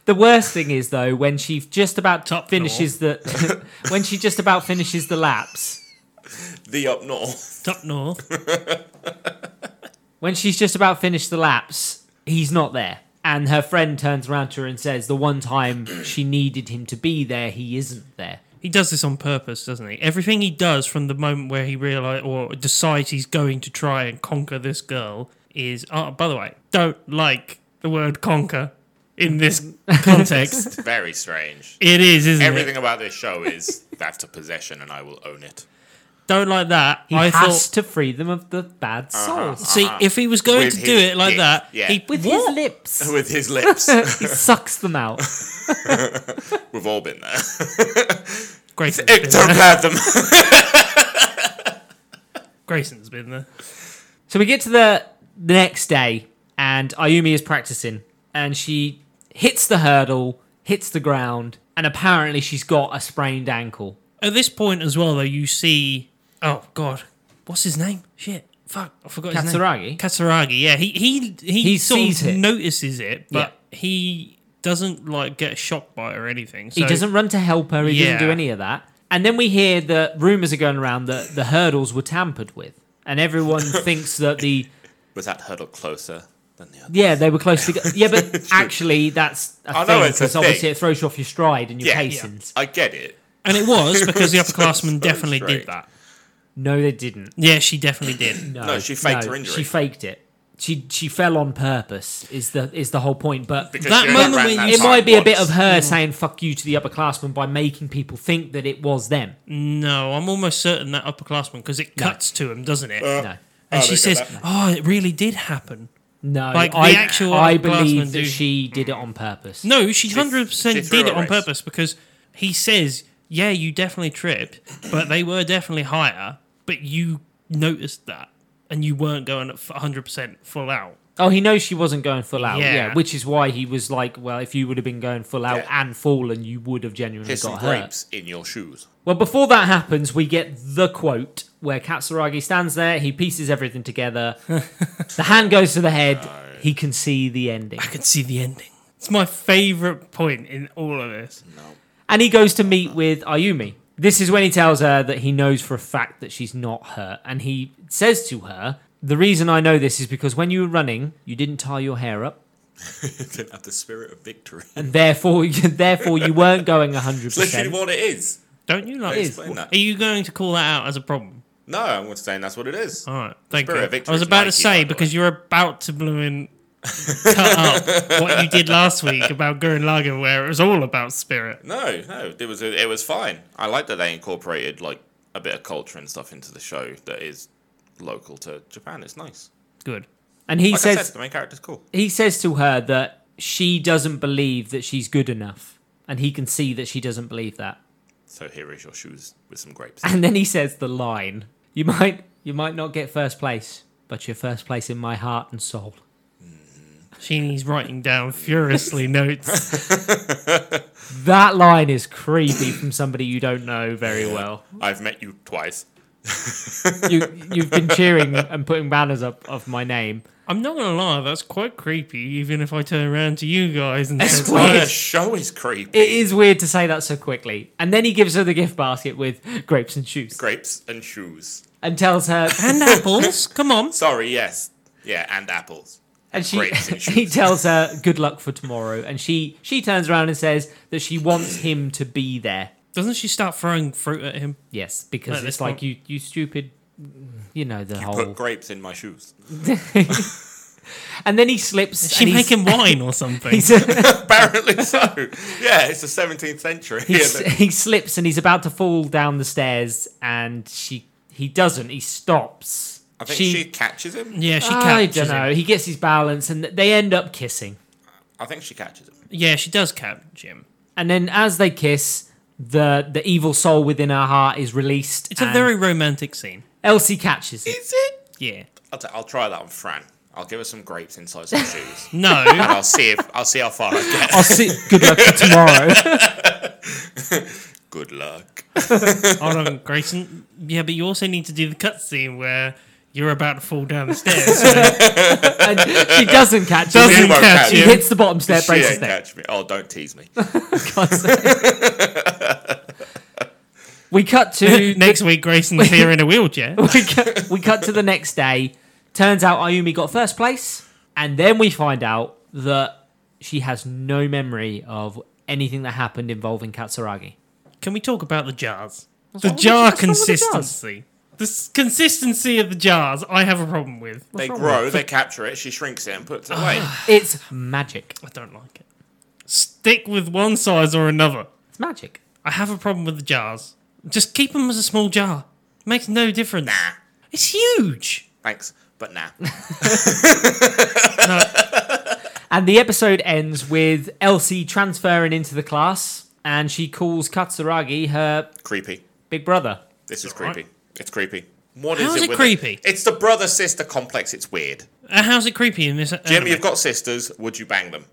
The worst thing is though when she just about
Top
finishes the <laughs> when she just about finishes the laps.
The up north. <laughs>
Top north.
When she's just about finished the laps, he's not there. And her friend turns around to her and says, The one time she needed him to be there, he isn't there.
He does this on purpose, doesn't he? Everything he does from the moment where he realize or decides he's going to try and conquer this girl is. Oh, by the way, don't like the word conquer
<laughs>
in this context.
Very strange.
it is, isn't
Everything
it?
about this show is <laughs> that's a possession and I will own it. <laughs>
Don't like that.
He
I
has
thought.
to free them of the bad souls.
See, if he was
Uh-huh.
going
With
to do
his
it like
dick,
that,
yeah.
he
With
what?
his
<laughs>
lips.
With his lips.
he sucks them out.
We've all been there. <laughs>
Grayson's been there.
Ectoplasm.
Grayson's been there.
So we get to the, the next day, and Ayumi is practicing, and she hits the hurdle, hits the ground, and apparently she's got a sprained ankle.
At this point as well, though, you see. Oh God, what's his name? Shit, fuck, I forgot his
Katsuragi?
name. Katsuragi. Yeah, he he he,
He
sort of
sees it.
notices it, but he doesn't like get shocked by it or anything. So
He doesn't run to help her. He doesn't do
Yeah.
any of that. And then we hear that rumors are going around that the hurdles were tampered with, and everyone
<laughs>
thinks that the
<laughs> Was that hurdle closer than the other?
yeah they were close to yeah,
<laughs>
but actually that's a
I know
thing
it's a
because obviously
thing.
it throws you off your stride and your
Yeah.
pacings.
I get it.
and
<laughs>
it was because the upperclassman
So
definitely did
strange.
that.
No, they didn't.
Yeah, she definitely did.
No,
No, she faked her injury.
She faked it. She she fell on purpose. Is the is the whole point? But
Because
That
she only
moment
ran
when
that
you-
it
time
might be a bit
once. Mm.
of her saying "fuck you" to the upperclassmen by making people think that it was them.
no, I'm almost certain that upperclassman because it cuts to him, doesn't it?
No,
oh,
and she
they
says,
got that.
"Oh, it really did happen."
no.
Like, the
I,
actual
I
upperclassmen
believe that
do-
she did it on purpose.
No, she
she
hundred percent
threw
did it
a
on
race.
purpose because he says, "Yeah, you definitely tripped, but they were definitely higher, but you noticed that, and you weren't going at hundred percent full out."
Oh, he knows she wasn't going full out. Yeah.
Yeah.
which is why he was like, "Well, if you would have been going full out
Yeah.
and fallen, you would have genuinely
There's some
got hurt."
grapes in your shoes.
Well, before that happens, we get the quote where Katsuragi stands there. He pieces everything
<laughs>
together. the hand goes to the head. He can see the ending,
I could see the ending. It's my favorite point in all of this.
<laughs>
and he goes to meet with Ayumi. This is when he tells her that he knows for a fact that she's not hurt, and he says to her, "The reason I know this is because when you were running, you didn't tie your hair up."
Didn't have the spirit of victory.
And therefore, <laughs> therefore, you weren't going hundred
Literally
percent.
what it is.
Don't you like?
It is. Explain that.
Are you going to call that out as a problem?
No, I'm just saying that's what it is.
All right, thank
Spirit of
you.
victory
I was
is
about to
Nike, by
say
the
because
way.
you're about to blooming cut up what you did last week about Gurren Lager, where it was all about spirit.
No, no, it was it was fine. I like that they incorporated like a bit of culture and stuff into the show that is local to Japan. It's nice.
Good.
And he
Like I
says,
said, the main character's cool.
he says to her that she doesn't believe that she's good enough and he can see that she doesn't believe that <laughs>
So here is your shoes with some grapes.
and then he says the line you might you might not get first place but you're first place in my heart and soul
Sheenie's writing
<laughs>
down furiously notes.
that line is creepy from somebody you don't know very well
I've met you twice.
you you've been cheering and putting banners up of my name
I'm not gonna lie, that's quite creepy. Even if I turn around to you guys and
It's
says,
weird.
Oh, the show is creepy.
It is weird to say that so quickly. And then he gives her the gift basket with grapes and shoes
Grapes and shoes.
and tells her
and apples, come on.
Sorry, yes. Yeah, and apples.
and she <laughs>
Grapes and
he
shoes.
tells her good luck for tomorrow and she she turns around and says that she wants him to be there.
Doesn't she start throwing fruit at him?
Yes, because
At this
it's like
point-
you you stupid you know the
Put
whole
grapes in my shoes. <laughs>
And then he slips
Is she
and he's- <laughs>
making wine or something?
he's-
Apparently so. Yeah, it's the 17th century.
he,
<laughs> Yeah,
s- he slips and he's about to fall down the stairs and she he doesn't he stops
I think she, catches him.
yeah, she
i
catches
don't know
him.
he gets his balance and th- they end up kissing
I think she catches him.
Yeah, she does catch him.
and then as they kiss the the evil soul within her heart is released
It's a
and
very romantic scene.
elsie catches it
Is it?
Yeah.
I'll, t- I'll try that on Fran. I'll give her some grapes inside some shoes.
<laughs>
And
No.
<laughs>
I'll see if I'll see how far I get.
i'll see good luck for tomorrow
Good luck.
Hold on, Grayson. Yeah, but you also need to do the cutscene where you're about to fall down the stairs. So
<laughs> and she doesn't catch
Doesn't
it
won't
catch
catch
he
you.
hits the bottom stair,
She
breaks
ain't
his neck.
catch me. Oh, don't tease me.
God's sake. <laughs> We cut <laughs> to
Next week, Grayson's here in a wheelchair.
we, cut, we cut to the next day. Turns out Ayumi got first place, and then we find out that she has no memory of anything that happened involving Katsuragi.
Can we talk about the jars? The jar
what's wrong with the jars?
consistency. The s- consistency of the jars, I have a problem with.
They grow, they capture it, she shrinks it and puts it away.
It's magic.
I don't like it. Stick with one size or another.
It's magic.
I have a problem with the jars. Just keep them as a small jar. Makes no difference.
nah.
It's huge.
Thanks. But nah.
And the episode ends with Elsie transferring into the class, and she calls Katsuragi her
creepy.
big brother.
This is
alright.
creepy. It's creepy. What
How
is
is
it
it
with
creepy?
It's the brother sister complex. It's weird.
Uh, how's it creepy in this?
Jim,
anime?
you've got sisters. Would you bang them?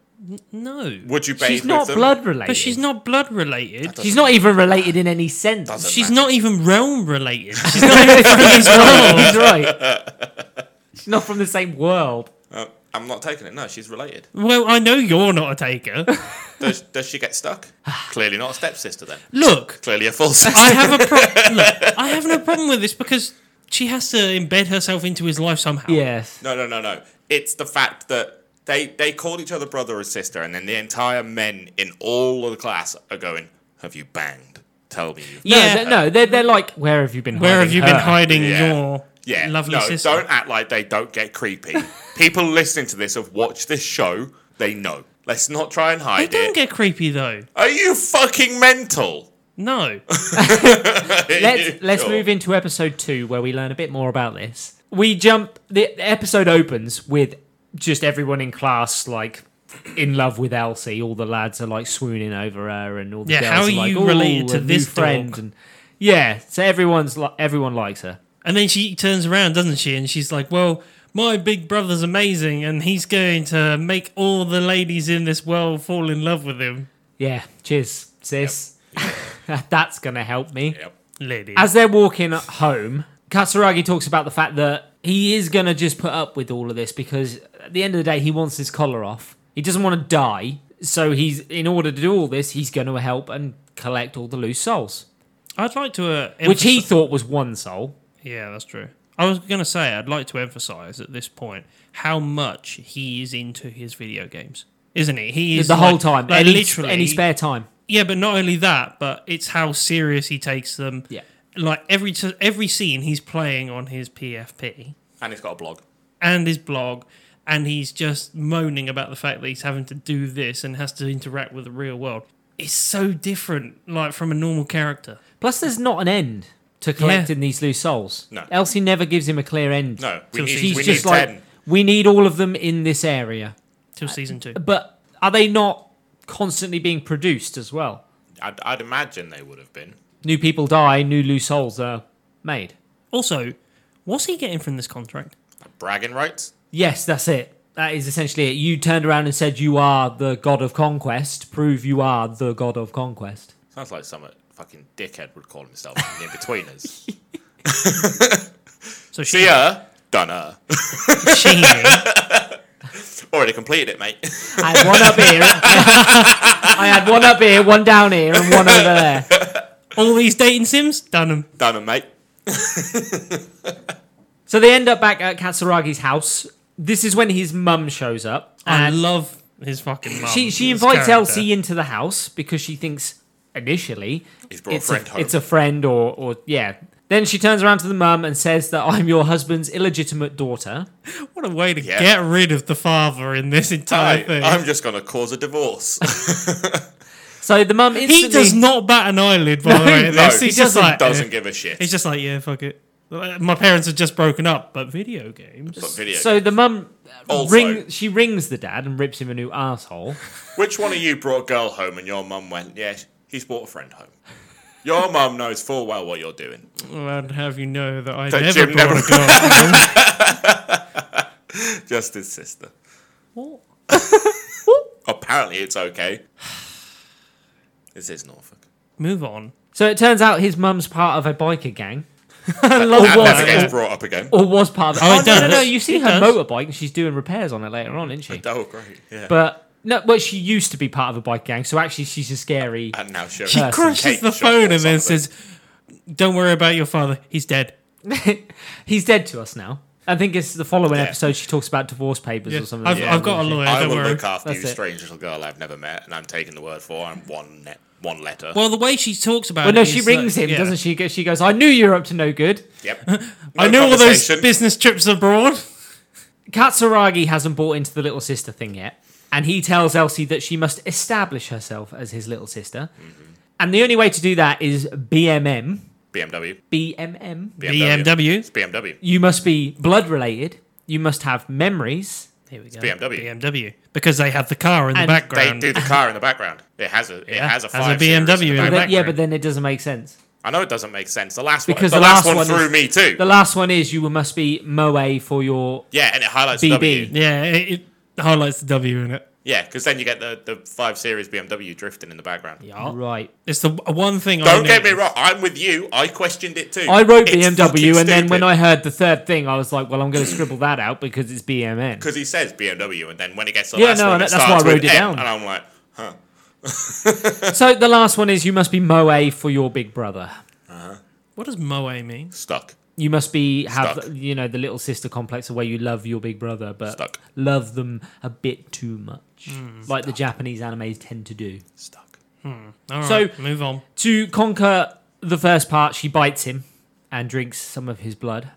no.
Would you bathe
She's
with
not
them?
blood related.
But she's not blood related.
She's not even related in any sense.
Doesn't
She's
matter.
not even realm related. She's
She's not
<laughs>
even from his world. He's right. She's not from the same world.
Uh, I'm not taking it. No, she's related.
Well, I know you're not
<laughs>
a taker.
Does, does she get stuck? Clearly not a stepsister then.
Look,
Clearly a full sister.
I have
<laughs>
a pro- look. I have no problem with this because she has to embed herself into his life somehow.
Yes.
No, no, no, no. It's the fact that they they called each other brother and sister, and then the entire men in all of the class are going, "Have you banged? Tell me." You've
No,
Yeah.
they're, no, they're, they're like, where have you been?
Where have
hiding
you been
her?"
hiding
Yeah.
your
Yeah,
lovely
no,
sister?
don't act like they don't get
<laughs>
creepy. People listening to this have watched this show. They know. Let's not try and
They
hide
don't
it.
get creepy though.
Are you fucking mental?
No.
<laughs>
<laughs>
Let's let's move into episode two where we learn a bit more about this. We jump. The episode opens with just everyone in class like in love with Elsie. All the lads are like swooning over her, and all the
Yeah,
girls
how
are
are
like,
you
"Ooh,
related to
a new
this
friend?"
dog?
And yeah, so everyone's li- everyone likes her.
And then she turns around, doesn't she? And she's like, "Well, my big brother's amazing, and he's going to make all the ladies in this world fall in love with him."
Yeah, cheers, sis. <laughs> That's gonna help me.
Yep.
Ladies.
As they're walking home, Katsuragi talks about the fact that he is going to just put up with all of this because at the end of the day, he wants his collar off. He doesn't want to die. So he's, in order to do all this, he's going to help and collect all the loose souls,
I'd like to, uh,
which he
emphasi-
thought was one soul.
Yeah, that's true. I was going to say, I'd like to emphasize at this point how much he is into his video games, isn't he? He is
the
like-
whole time,
like,
any,
literally
any spare time.
Yeah, but not only that, but it's how serious he takes them.
Yeah.
like every t- every scene he's playing on his PFP
And it's got a blog.
and his blog, and he's just moaning about the fact that he's having to do this and has to interact with the real world. It's so different, like from a normal character.
Plus, there's not an end to collecting these loose souls.
No.
Elsie never gives him a clear end.
No, we
So
need,
She's
we
just
need
like,
ten.
we need all of them in this area.
Till
Uh,
season two,
But are they not constantly being produced as well?
I'd, I'd imagine they would have been.
new people die, new loose souls are made.
Also, what's he getting from this contract?
Bragging rights?
Yes, that's it. That is essentially it. You turned around and said you are the god of conquest. Prove you are the god of conquest.
Sounds like some uh, fucking dickhead would call himself in between
<laughs>
us.
So she,
See ya. Dunno.
<laughs>
she knew.
<laughs> Already completed it, mate. <laughs>
I had one up here. I had one up here, one down here, and one over there.
All these dating sims, done them.
Done it, mate.
So they end up back at Katsuragi's house. This is when his mum shows up.
I
and
love his fucking mum.
she she
This
invites
character.
Elsie into the house because she thinks initially
He's brought
it's
a friend
a,
home.
it's a friend or or yeah. Then she turns around to the mum and says that I'm your husband's illegitimate daughter.
What a way to
Yeah.
get rid of the father in this entire
Hey,
thing.
I'm just gonna cause a divorce.
So the mum
he
instantly
does not bat an eyelid, by the way.
<laughs>
at
no,
this.
he
He's just
doesn't,
like,
doesn't
eh.
give a shit.
He's just like, yeah, fuck it. My parents have just broken up, but video games.
But video.
<laughs> So the mum
Also-
ring she rings the dad and rips him a new asshole.
Which one of you brought a girl home and your mum went, yeah, he's brought a friend home? Your mum knows full well what you're doing.
Well, I'd have you know that I
That
never
Jim
brought
never-
a girl
<laughs>
home.
Just his sister.
What?
<laughs> Apparently, it's okay. <sighs> This is Norfolk.
Move on.
So it turns out his mum's part of a biker gang. <laughs> I
That
love what-
never gets brought up again.
or was part of it.
uh, Oh,
Oh,
it
no, no,
does.
no. You see
It
her
does.
motorbike and she's doing repairs on it later on, isn't she?
Oh, great. Yeah.
But no, well, she used to be part of a bike gang, so actually she's a scary.
and now she
She crushes
cake
the
shop
phone
or
and then
something.
says, "Don't worry about your father. He's dead."
<laughs> He's dead to us now. I think it's the following
Yeah.
episode she talks about divorce papers or something.
I've,
like
I've
that,
got a
doesn't she?
lawyer.
I
Don't
will
worry.
look after you,
That's it.
strange little girl I've never met, and I'm taking the word for. I'm one net, one letter.
Well, the way she talks about
Well,
it
no, she
is that-
rings him,
yeah.
doesn't she? Go- She goes, "I knew you were up to no good."
yep.
<laughs>
No
I know all those
conversation.
business trips abroad.
Katsuragi hasn't bought into the little sister thing yet, and he tells Elsie that she must establish herself as his little sister,
Mm-hmm.
and the only way to do that is BMM.
BMW.
BMM.
BMW.
BMW.
It's BMW.
You must be blood related. You must have memories.
Here we go.
BMW.
BMW. Because they have the car in the
And
They
background.
do the car in the background. It has a. It
Yeah,
has a.
has a
five series in the
BMW in it.
But
background.
then-
background.
yeah, but then it doesn't make sense.
I know it doesn't make sense. The last one.
Because
the,
the last
last, one
one
threw
is-
me too.
The last one is you must be moe for your.
yeah, and it highlights
BB.
W.
<laughs> Yeah, it, it highlights the W in it.
Yeah, because then you get the, the five series BMW drifting in the background.
Yeah.
Right.
It's the one thing I
Don't get me
noticed.
wrong. I'm with you. I questioned it too.
I wrote BMW, and then when I heard the third thing, I was like, "Well, I'm going to scribble that out because it's
<laughs>
BMN."
because he says BMW, and then when it gets to the
Yeah,
last
no,
one,
that-
it
that's why
starts
I wrote
with
it
M,
down.
and I'm like, huh.
so the last one is you must be moe for your big brother.
What does Moe mean?
Stuck.
You must be have
Stuck.
you know the little sister complex of where you love your big brother, but
Stuck. Hmm.
love them a bit too much, like the Japanese animes tend to do.
Stuck.
All right,
So-
move on.
To conquer the first part, she bites him and drinks some of his blood,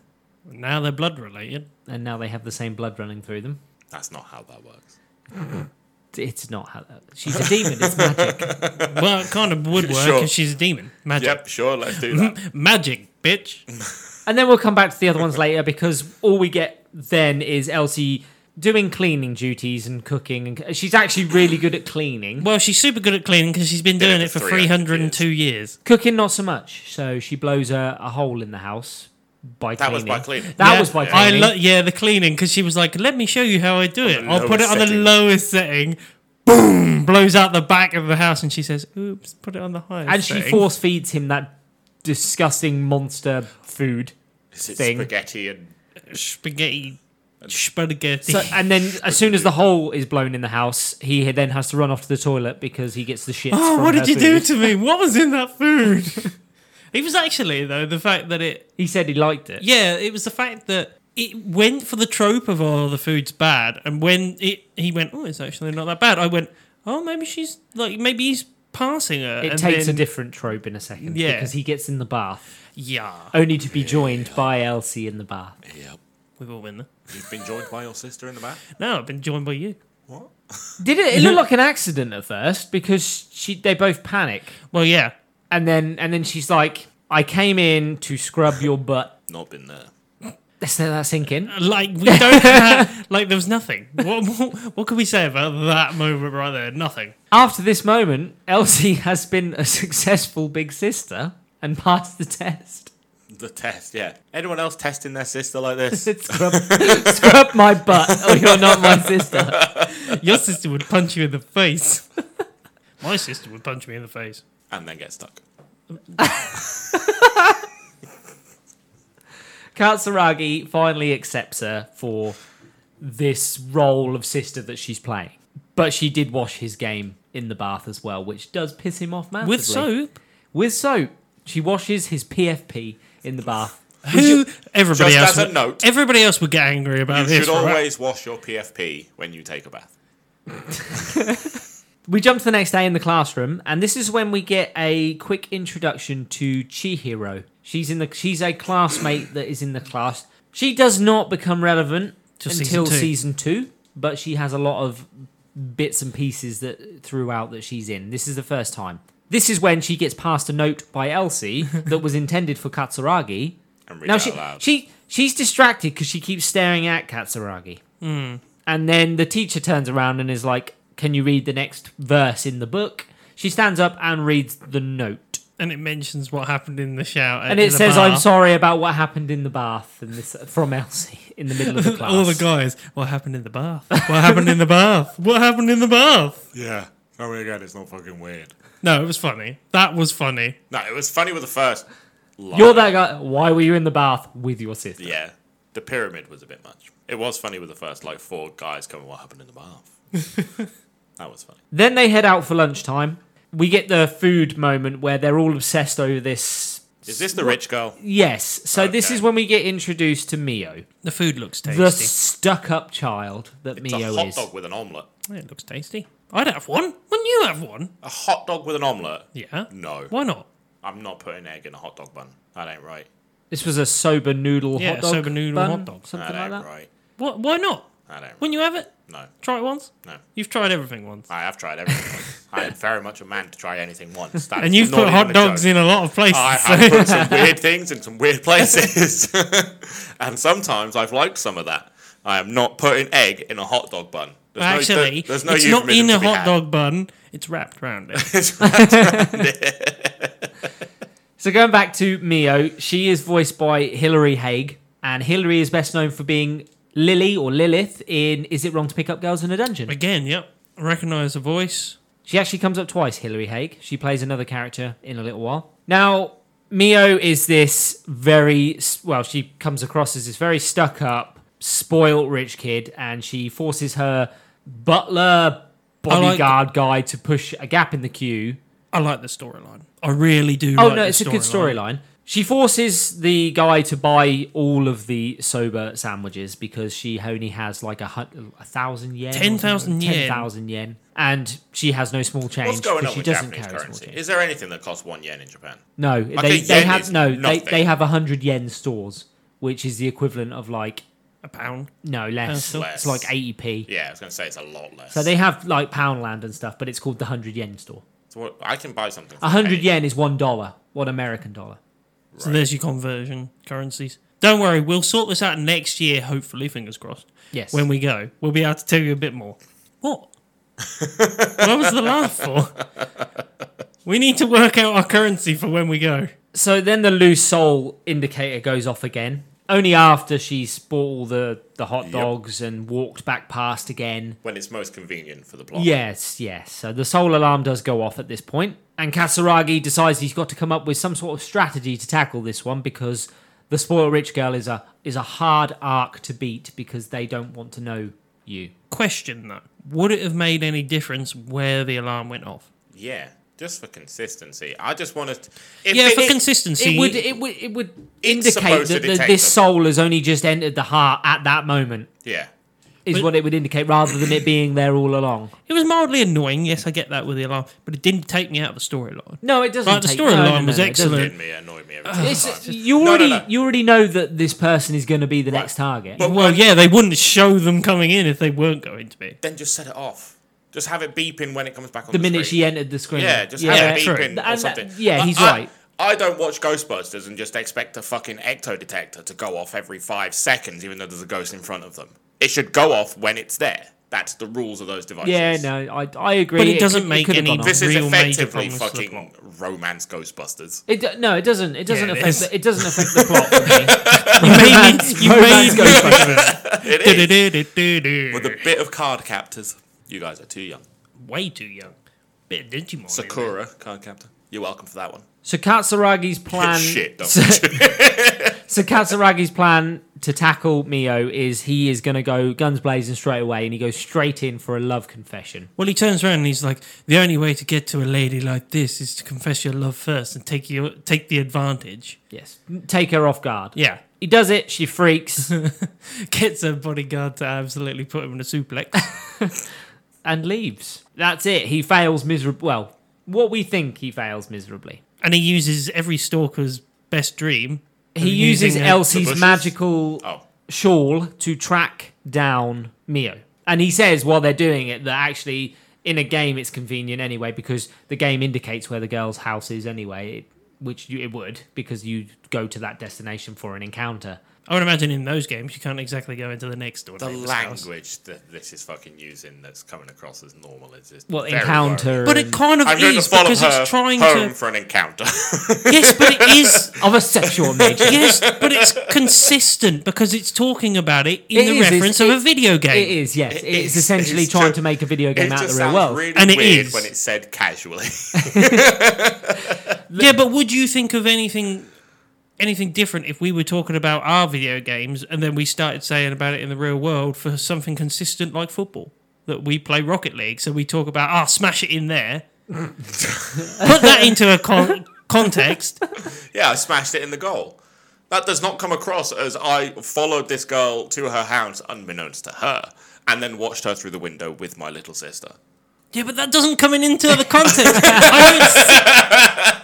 Now they're blood related.
and now they have the same blood running through them.
That's not how that works.
It's not how she's a demon. It's
<laughs>
magic.
Well, it kind of would work
Sure.
if she's a demon. Magic.
Yep, sure, let's do
<laughs>
that.
Magic, bitch.
And then we'll come back to the other ones later because all we get then is Elsie doing cleaning duties and cooking, and she's actually really good at cleaning.
Well, she's super good at cleaning because she's been
Did
doing it for 302 years.
Cooking, not so much. So she blows a, a hole in the house by
That was
cleaning.
by cleaning.
That
Yeah.
was by
I
cleaning.
lo- yeah, the cleaning because she was like, "Let me show you how I do it.
the
I'll put it
lowest
on the
setting.
lowest setting." Boom! Blows out the back of the house, and she says, "Oops, put it on the highest."
and she
setting."
force feeds him that disgusting monster food.
Is it
Thing.
spaghetti and
spaghetti, spaghetti.
So, and
<laughs>
then, as soon as the hole is blown in the house, he then has to run off to the toilet because he gets the shit.
oh, what did you do to me? What was in that food? <laughs> it was actually though the fact that it
He said he liked it.
Yeah, it was the fact that it went for the trope of oh the food's bad, and when it he went oh it's actually not that bad. I went oh maybe she's like maybe he's passing her.
It
and
takes
then,
a different trope in a second
Yeah.
because he gets in the bath
yeah.
only to be joined by Elsie in the bath.
Yep.
We've all been there.
You've been joined by your sister in the back?
No, I've been joined by you.
What?
Did it? It looked like an accident at first because she they both panic
Well, yeah,
and then and then she's like, "I came in to scrub your butt."
Not been there.
Let's let that sink in.
like we <laughs> don't have like there was nothing. What, what what can we say about that moment right there? Nothing.
After this moment, Elsie <laughs> has been a successful big sister and passed the test. <laughs>
The test, yeah. Anyone else testing their sister like
<laughs>
this?
scrub, scrub my butt, or you're not my sister.
Your sister would punch you in the face. My sister would punch me in the face.
and then get stuck.
Katsuragi finally accepts her for this role of sister that she's playing. But she did wash his game in the bath as well, which does piss him off massively.
with soap.
With soap, she washes his PFP in the bath.
Who everybody
Just as
else?
a
would-
note.
everybody else would get angry about
You
this.
should
right?
always wash your PFP when you take a bath.
We jump to the next day in the classroom, and this is when we get a quick introduction to Chihiro. She's in the she's a classmate that is in the class. She does not become relevant
Till season
until
two.
season two, but she has a lot of bits and pieces that throughout that she's in. This is the first time. This is when she gets passed a note by
<laughs>
Elsie that was intended for Katsuragi.
And read
Now
out
she
loud.
she she's distracted because she keeps staring at Katsuragi.
Hmm.
And then the teacher turns around and is like, "Can you read the next verse in the book?" She stands up and reads the note,
and it mentions what happened in the shower.
and
in
it
the
says, "I'm
bath.
sorry about what happened in the bath." And this from Elsie in the middle of the class.
<laughs> All the guys, what happened in the bath? What happened in the bath? What happened in the bath?
Yeah. Oh my god, it's not fucking weird.
No, it was funny. That was funny.
No, it was funny with the first. Line.
You're that guy. Why were you in the bath with your sister?
Yeah. The pyramid was a bit much. It was funny with the first like four guys coming. What happened in the bath?
<laughs>
that was funny.
Then they head out for lunchtime. We get the food moment where they're all obsessed over this.
Is this the rich girl?
Yes. So this
Okay.
is when we get introduced to Mio,
The food looks tasty.
the stuck-up child that
It's
Mio
a hot
is.
dog with an omelette.
It looks tasty. I'd have one. Wouldn't you have one?
A hot dog with an omelette?
Yeah.
No.
Why not?
I'm not putting egg in a hot dog bun. That ain't right.
This was a sober noodle
Yeah,
hot dog.
soba noodle
bun,
hot dog.
Something
That
like
ain't
that.
right.
What? Why not?
That ain't right.
Wouldn't you have it?
No,
Try it once.
no.
You've tried everything once.
I have tried everything.
<laughs>
once. I am very much a man to try anything once. That's
And you've
not
put
even
hot
a
dogs
joke.
in a lot of places. <laughs>
I
so-
have put some weird things in some weird places. <laughs> and sometimes I've liked some of that. I am not putting egg in a hot dog bun. There's no-
Actually,
there's no
it's not
euphemism
in a
to be
hot
had.
dog bun. It's wrapped around
<laughs>
it.
So going back to Mio, she is voiced by Hilary Haig, and Hilary is best known for being Lily or Lilith in Is It Wrong to Pick Up Girls in a Dungeon?
Again, yep. Recognize the voice.
She actually comes up twice, Hilary Haig. She plays another character in a little while. Now, Mio is this very, well, she comes across as this very stuck up, spoilt rich kid, and she forces her butler
like-
bodyguard guy to push a gap in the queue
I like the storyline. I really do.
Oh
like
no,
the
it's a good storyline. She forces the guy to buy all of the soba sandwiches because she only has like a, hun- a thousand yen, or something,
10,000 yen.
ten thousand yen, and she has no small change.
What's going
'cause
on
she
with
doesn't
Japanese
carry
currency?
small change.
Is there anything that costs one yen in Japan?
No, they,
think
they
yen
have
is
no, they,
nothing.
they have a hundred yen stores, which is the equivalent of like
A pound.
no less.
so-
It's like eighty p.
Yeah, I was going to say it's a lot less.
So they have like Poundland and stuff, but it's called the hundred yen store.
So what- I can buy something. for
A hundred
penny.
yen is one dollar, one American dollar.
So there's your conversion currencies. Don't worry, we'll sort this out next year, hopefully, fingers crossed.
Yes.
When we go, we'll be able to tell you a bit more. What? what was the
<laughs>
laugh for? We need to work out our currency for when we go.
So then the loose soul indicator goes off again. Only after she's bought all the, the hot dogs and walked back past again.
When it's most convenient for the plot.
Yes, yes. So the soul alarm does go off at this point, and Katsuragi decides he's got to come up with some sort of strategy to tackle this one because the spoiled rich girl is a is a hard arc to beat because they don't want to know you.
Question though, would it have made any difference where the alarm went off?
Yeah, just for consistency. I just want to. If
yeah,
it-
for
it-
consistency.
it would it would it would
It's
indicate
supposed to
that the,
detect
this
them.
soul has only just entered the heart at that moment
Yeah.
is
But-
what it would indicate rather than it being there all along.
It was mildly annoying. Yes, I get that with the alarm, but it didn't take me out of the storyline.
No, it doesn't.
Like, the
take-
storyline
no, no, no,
was
no, it doesn't.
excellent.
Did me annoy me every time.
It's, you already you already know that this person is going to be the next target.
But
Well, yeah, they wouldn't show them coming in if they weren't going to
<laughs>
be.
then just set it off. Just have it beeping when it comes back on
the
the,
minute
screen.
she entered the screen,
Yeah, just
yeah,
have it
yeah, true.
beeping or
And
something.
that- yeah,
Like,
he's
I,
right.
I don't watch Ghostbusters and just expect a fucking ecto detector to go off every five seconds, even though there's a ghost in front of them. It should go off when it's there. That's the rules of those devices.
yeah. No, I I agree.
But it
could-
doesn't make
could've
any
gone on.
This is
Real major
effectively
problems to the
fucking romance Ghostbusters.
It do- no, it doesn't. It doesn't
Yeah, it
affect.
is.
the, it doesn't affect
<laughs>
the plot. For me.
You made
Romance-
me. You made
romance
me.
goes
<laughs> It is.
<laughs> Du-du-du-du-du-du.
With a bit of card captors. You guys are too young.
Way too young. Bit of Digimon. in there.
Sakura, card captor. You're welcome for that one.
So Katsuragi's plan.
Shit, don't
so, So Katsuragi's plan to tackle Mio is he is going to go guns blazing straight away, and he goes straight in for a love confession.
Well, he turns around and he's like, "The only way to get to a lady like this is to confess your love first and take your take the advantage."
Yes, take her off guard.
Yeah, <laughs>
He does it. She freaks, <laughs>
gets her bodyguard to absolutely put him in a suplex.
and leaves. That's it. He fails miserably. Well, what we think he fails miserably.
and he uses every stalker's best dream.
He uses
using, uh,
the
Elsie's
bushes?
magical
Oh.
shawl to track down Mio. And he says while they're doing it that actually in a game it's convenient anyway because the game indicates where the girl's house is anyway, it, which you, it would because you go to that destination for an encounter.
I would imagine in those games you can't exactly go into the next door.
The
neighbour's house.
language that this is fucking using that's coming across as normal is just
Well,
very
encounter.
worrying.
But it
and-
kind of
I'm going to
is
follow
because
her
it's trying
home
to.
for an encounter. <laughs>
<laughs> Yes, but it
<laughs>
is.
of a sexual nature.
Yes, but it's consistent because it's talking about it in
It
the
is, it's-
reference of a
it-
video game.
It is, yes.
It
it's
is.
essentially
It's
trying
ju-
to make a video game
it
out
just
of the real
sounds
world.
really
And it
weird
is.
when it's said casually. <laughs>
Yeah, but would you think of anything anything different if we were talking about our video games and then we started saying about it in the real world for something consistent like football? That we play Rocket League, so we talk about ah, smash it
<laughs>
in there. Put that into a con- context.
yeah, I smashed it in the goal. That does not come across as I followed this girl to her house unbeknownst to her and then watched her through the window with my little sister.
Yeah, but that doesn't come in into the context. I don't, s-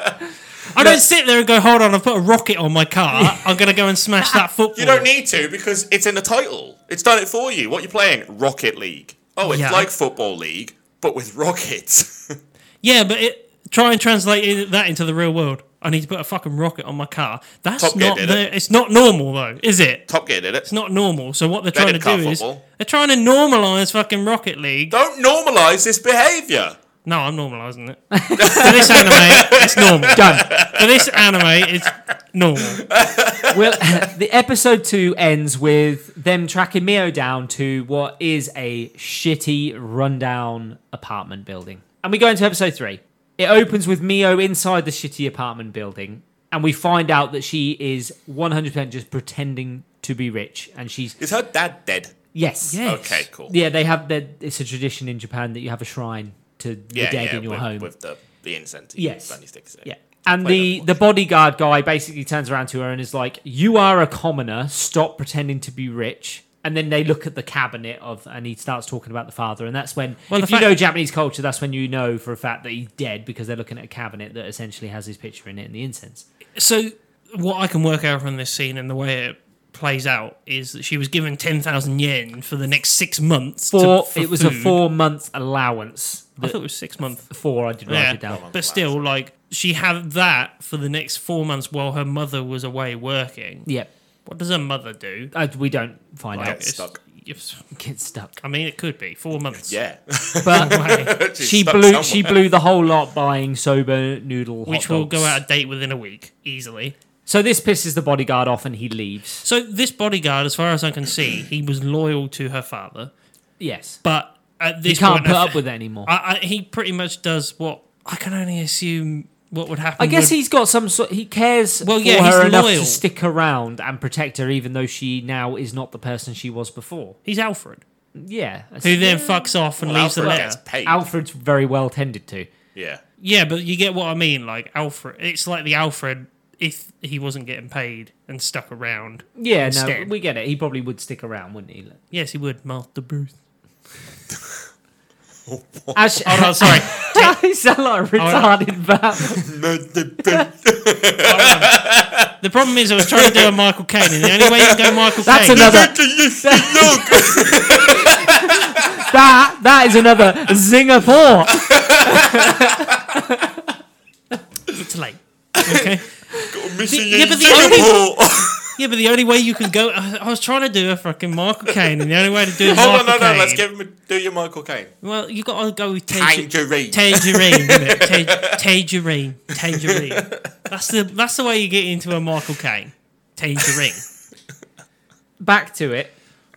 I don't sit there and go, hold on, I've put a rocket on my car. I'm going to go and smash that football.
<laughs> You don't need to because it's in the title. It's done it for you. What are you playing? Rocket League. Oh, it's
Yeah.
like Football League, but with rockets. <laughs>
Yeah, but it, try and translate it- that into the real world. I need to put a fucking rocket on my car. That's
Top Gear
not
did
the, it's not normal though, is it?
Top Gear did it.
It's not normal. So what they're
They
trying
did
to do
car
is
football.
they're trying to normalize fucking Rocket League.
Don't normalize this behavior.
No, I'm
<laughs>
normalizing it. For this anime, it's normal.
Done.
For this anime, it's normal.
well, <laughs> the episode two ends with them tracking Mio down to what is a shitty, rundown apartment building. And we go into episode three. It opens with Mio inside the shitty apartment building, and we find out that she is 100% just pretending to be rich. And she's,
Is her dad dead?
yes.
Yes.
Okay, cool.
Yeah, they have, their, it's a tradition in Japan that you have a shrine to the
yeah,
dead
yeah,
in your
with,
home.
with the the incense.
Yes.
bunny sticks.
Yeah. And the,
Play that
the bodyguard guy basically turns around to her and is like, You are a commoner. Stop pretending to be rich. And then they look at the cabinet of, and he starts talking about the father. And that's when,
Well, the
if you
fact-
know Japanese culture, that's when you know for a fact that he's dead because they're looking at a cabinet that essentially has his picture in it and the incense.
So what I can work out from this scene and the way it plays out is that she was given 10,000 yen for the next 6 months to-
Four,
for
it was a
food.
four month allowance.
I thought it was 6 months.
Four, I did write it down.
But still, like she had that for the next four months while her mother was away working.
Yep.
What does her mother do?
Uh, we don't find
Right.
out.
Gets
It's-
stuck.
it's-
Get stuck.
I mean, it could be four months.
Yeah,
<laughs>
But
<laughs>
away,
She's
she
stuck
blew she
somewhere.
blew the whole lot buying soba noodle.
which
hot
will
dogs.
go out of date within a week easily.
So this pisses the bodyguard off and he leaves.
So this bodyguard, as far as I can see, he was loyal to her father,
Yes.
but at
He
this
can't
point,
put
I
up
th-
with it anymore. I,
I, I, he pretty much does what I can only assume what would happen.
guess
would-
he's got some sort he cares
Well,
for
yeah, he's
her enough
loyal.
to stick around and protect her even though she now is not the person she was before.
he's Alfred,
Yeah.
who then fucks off and
Well,
leaves the
Alfred
letter.
gets paid.
Alfred's very well tended to.
yeah,
Yeah, but you get what I mean. Like Alfred, it's like the Alfred if he wasn't getting paid and stuck around.
Yeah, no,
Instead.
we get it. He probably would stick around, wouldn't he?
Yes, he would. Master Bruce.
Ash-
Oh no,
<laughs>
sorry.
<laughs> you sound like a retarded man.
the problem is I was trying to do a Michael Caine, and the only way you can go Michael
That's
Caine.
another. that that is another zinger pour.
It's late. Okay.
missing
Yeah,
in
but the
Singapore.
Yeah, but the only way you can go, I, I was trying to do a fucking Michael Caine, and the only way to do
<laughs> <laughs>
a
Hold on,
Michael
no, no. Let's
Caine-
give him a, do your Michael Caine.
Well, you got to go with Tangerine.
Tangerine. <laughs>
Tangerine, innit? Ta- tangerine, tangerine. That's the that's the way you get into a Michael Caine.
<laughs>
Tangerine.
back to it.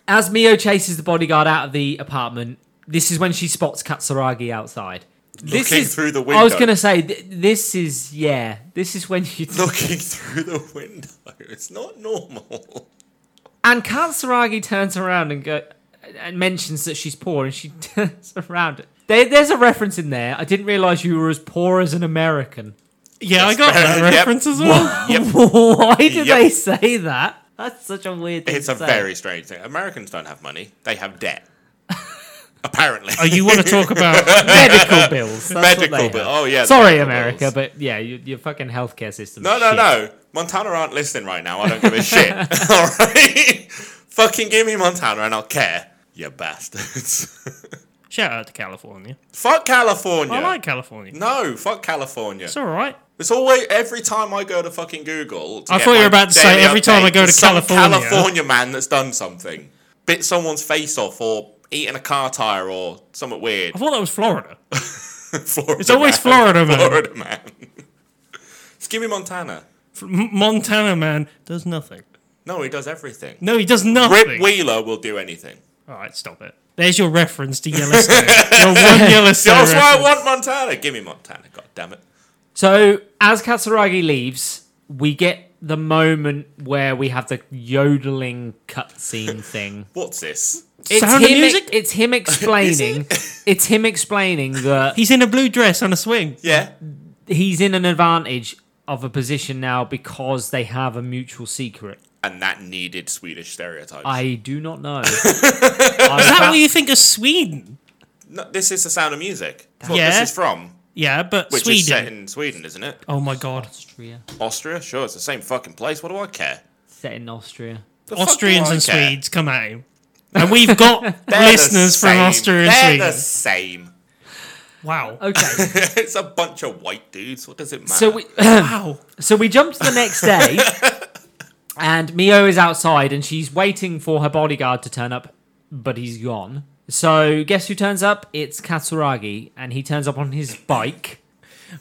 As Mio chases the bodyguard out of the apartment, this is when she spots Katsuragi outside. This
Looking
is
through the
I was
window.
gonna say th- this is yeah. This is when you
Looking through the window. It's not
<laughs>
normal.
and Katsuragi turns around and go and mentions that she's poor, and she <laughs> turns around. There, there's a reference in there. I didn't realize you were as poor as an American. <laughs>
Yeah, I got that
fair, yep.
reference as well.
Yep.
Why did
Yep.
they say that? That's such a weird thing.
It's
to
a
say.
very strange thing. Americans don't have money, they
<laughs>
have debt. Apparently. <laughs>
Oh, you want to talk <laughs> about?
medical bills. That's what
Medical
they
bill-
are.
oh, yeah,
Sorry,
medical
America,
bills.
but yeah, your, your fucking healthcare system.
No,
is
no,
shit.
no. Montana aren't listening right now. I don't give a
<laughs>
shit. <laughs> All right? Fucking give me Montana and I'll care. You bastards. <laughs>
Shout out to California.
fuck California.
I like California.
no, fuck California.
It's all right.
It's always every time I go to fucking Google. to
I
get
thought you were
my
about to say
daily
every time I go to
there's some
California.
California man that's done something, bit someone's face off, or eaten a car tire, or something weird.
I thought that was Florida.
<laughs> Florida
It's always Florida man.
Florida man. <laughs> Just give me Montana.
F- M- Montana man does nothing.
No, he does everything.
No, he does nothing.
Rip Wheeler will do anything.
All right, stop it. There's your reference to Yellowstone.
<laughs>
your one Yellowstone.
That's why I
reference.
want Montana. Give me Montana. God damn it.
So as Katsuragi leaves, we get the moment where we have the yodeling cutscene thing.
What's this?
<laughs> It's
Sound of
him, e-
Music?
It's <laughs> him explaining. it's him explaining that
He's in a blue dress on a swing.
Yeah.
he's in an advantage of a position now because they have a mutual secret.
And that needed Swedish stereotypes.
I do not know.
Oh,
Is that what you think of Sweden?
No, this is the sound of music. That's what
Yeah.
this is from.
Yeah, but
Which is set
Sweden.
in Sweden, isn't it?
Oh my god.
Austria,
Austria, sure, it's the same fucking place. What do I care?
set in Austria.
The fuck do
Austrians
I
and
care?
Swedes come at him. And we've
<laughs>
got
They're the
listeners from
same.
Austria and
They're
Sweden.
the same. <laughs>
Wow.
Okay,
it's a bunch of white dudes. What does it matter?
so we
Wow.
so we jump to the next day, and Mio is outside and she's waiting for her bodyguard to turn up, but he's gone. So guess who turns up? It's Katsuragi, and he turns up on his bike.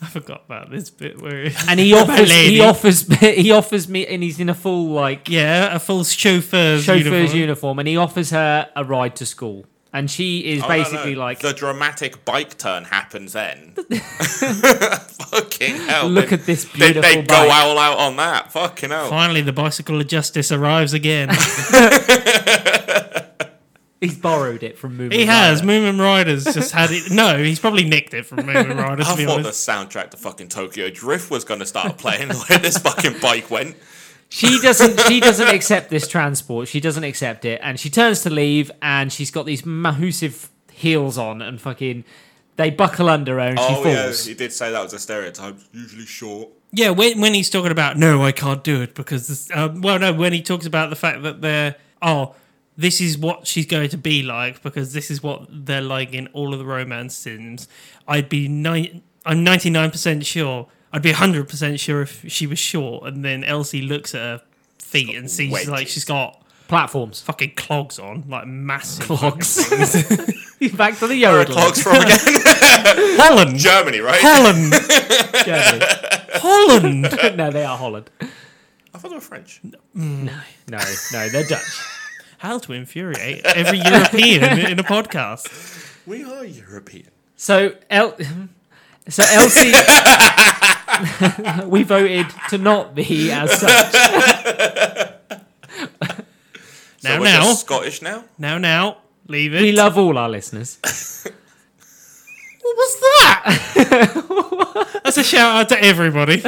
I <laughs> forgot about this bit where
and <laughs>
<laughs>
he offers
lady.
he offers he offers me <laughs> and he's in a full like
Yeah, a full chauffeur's,
chauffeur's uniform.
uniform.
and he offers her a ride to school and she is
Oh, no, no.
basically like
the dramatic bike turn happens then. <laughs> fucking hell!
Look
they-
at this
They, they
beautiful
go
bike.
all out on that. Fucking hell!
Finally the bicycle of justice arrives again. <laughs>
he's borrowed it from Moomin
he has.
Rider.
Moomin Riders just had it no, he's probably nicked it from <laughs> Moomin Riders to
I
be
thought the
honest.
soundtrack to fucking Tokyo Drift was going to start playing <laughs> the way this fucking bike went.
she doesn't she doesn't accept this transport she doesn't accept it and she turns to leave and she's got these massive heels on and fucking they buckle under her and
Oh
she
yeah,
falls
he did say that was a stereotype. Usually short.
Yeah, when, when he's talking about no, I can't do it because this, um, well, no, when he talks about the fact that they're oh, this is what she's going to be like because this is what they're like in all of the romance sims. I'd be nine, I'm ninety nine percent sure. I'd be hundred percent sure if she was short. And then Elsie looks at her feet and sees
wedges.
like she's got
platforms
fucking clogs on, like massive <laughs>
clogs <laughs> back to the Yodel
Clocks from again.
Holland,
Germany, right?
Holland, Holland.
no they <laughs> are Holland
I thought they were French.
no no they're Dutch
How to infuriate every European in a podcast.
We are European.
So El- <laughs> so Elsie <laughs> we voted to not be as such.
Now,
we're
now,
just Scottish now.
now, now, leave it.
We love all our listeners.
what was that? That's a shout out to everybody. <laughs>
Do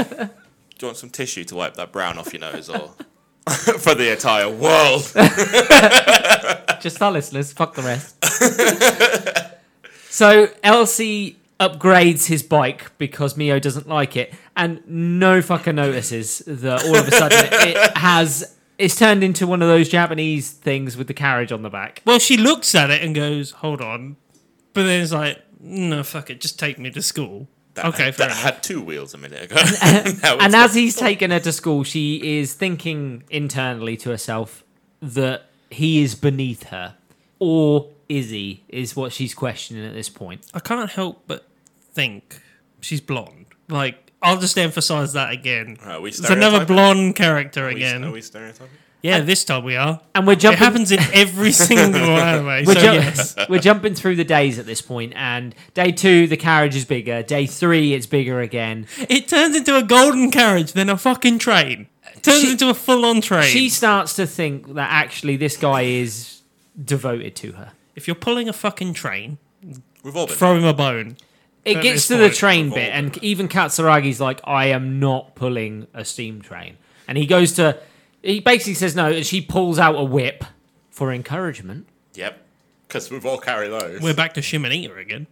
you want some tissue to wipe that brown off your nose, or <laughs> for the entire world?
Just our listeners, fuck the rest. <laughs> so Elsie upgrades his bike because Mio doesn't like it and no fucker notices that all of a sudden it has it's turned into one of those Japanese things with the carriage on the back.
Well, she looks at it and goes, "Hold on," but then it's like, "No, fuck it, just take me to school." okay,
that
fair enough.
had two wheels a minute ago. <laughs> Now
and
it's
as
got-
he's taking her to school, she is thinking internally to herself that he is beneath her, or is he? Is what she's questioning at this point.
I can't help but think she's blonde. Like, I'll just emphasize that again.
Are we
It's another
stereotyping?
blonde character
Uh, Are we-
again.
Are we stereotyping?
Yeah, this time
<laughs>
we are.
And we're
It
jumping.
happens in every single anime.
We're, ju-
so
<laughs>
yes.
we're jumping through the days at this point, and day two the carriage is bigger. Day three it's bigger again.
It turns into a golden carriage, then a fucking train. Turns
She-
into a full on train.
She starts to think that actually this guy is devoted to her.
If you're pulling a fucking train,
We've all been.
throw him a bone.
It
At
gets to
this
the
point,
train
we've all
bit, and even Katsuragi's like, "I am not pulling a steam train," and he goes to. He basically says no, and she pulls out a whip for encouragement.
yep. Because we've all carried those.
We're back to Shimonita again.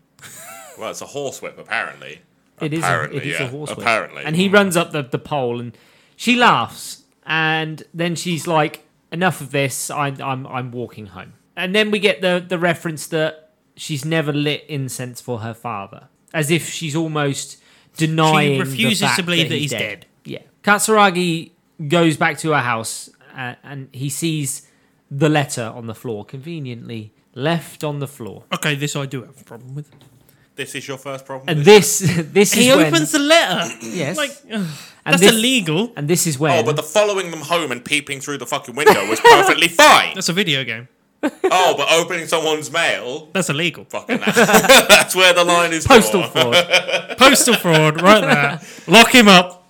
well, it's a horsewhip, apparently.
It is. A,
Apparently,
it is a
yeah.
horse whip.
Apparently. Mm.
and he
Hmm.
runs up the, the pole, and she laughs, and then she's like, "Enough of this. I'm I'm I'm walking home." And then we get the the reference that she's never lit incense for her father, as if she's almost denying.
She
the
refuses
fact
to believe that
he's
he's
dead. Yeah. Katsuragi goes back to her house, uh, and he sees the letter on the floor, conveniently left on the floor.
Okay, this I do have a problem with.
This is your first problem.
And this this <laughs>
He
is when-
opens the <laughs> letter.
yes.
Like, ugh,
and
that's
this-
illegal.
And this is when
Oh, but the following them home and peeping through the fucking window
<laughs>
was perfectly fine.
That's a video game.
Oh, but opening someone's mail,
That's illegal.
fucking
<laughs>
that's, that's where the line is.
postal
drawn. <laughs>
fraud.
Postal fraud, right <laughs> there. Lock him up.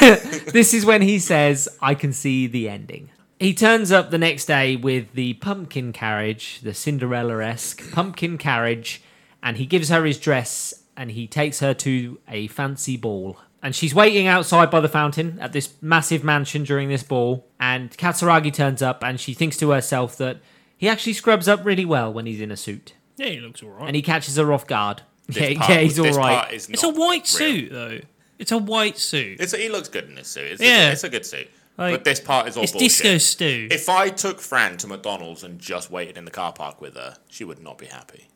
this is when he says, "I can see the ending." He turns up the next day with the pumpkin carriage, the Cinderella-esque pumpkin carriage, and he gives her his dress and he takes her to a fancy ball. And she's waiting outside by the fountain at this massive mansion during this ball. And Katsuragi turns up and she thinks to herself that he actually scrubs up really well when he's in a suit.
Yeah, he looks alright.
And he catches her off guard.
This
<laughs> yeah,
part-
yeah, he's all
this
right.
part is
It's a
not
white
real.
suit though. It's a white suit. It's,
It's he looks good in this suit. It's
Yeah.
a, it's a good suit.
Like,
but this part is all bullshit.
disco stew.
If I took Fran to McDonald's and just waited in the car park with her, she would not be happy.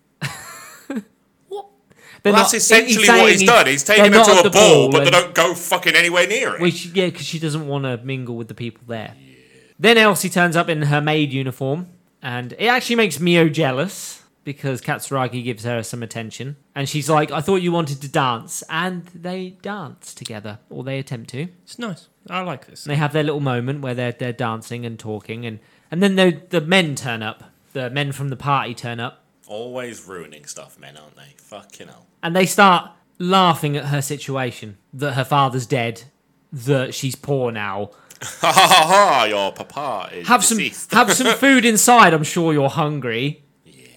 They're
Well, that's
not-
essentially
saying
what he's, done. He's
they're
taken her
not
to
at
a
the
ball, but they
and-
don't go fucking anywhere near it.
Well, she, yeah, because she doesn't want to mingle with the people there. Then Elsie turns up in her maid uniform, and it actually makes Mio jealous because Katsuragi gives her some attention. And she's like, I thought you wanted to dance. And they dance together, or they attempt to.
It's nice. I like this.
And they have their little moment where they're they're dancing and talking, and and then the the men turn up, the men from the party turn up,
Always ruining stuff, men, aren't they? Fucking hell.
and they start laughing at her situation that her father's dead, that she's poor now,
<laughs> Ha ha ha ha! Your papa is
have some
deceased.
have
<laughs>
some food inside. I'm sure you're hungry,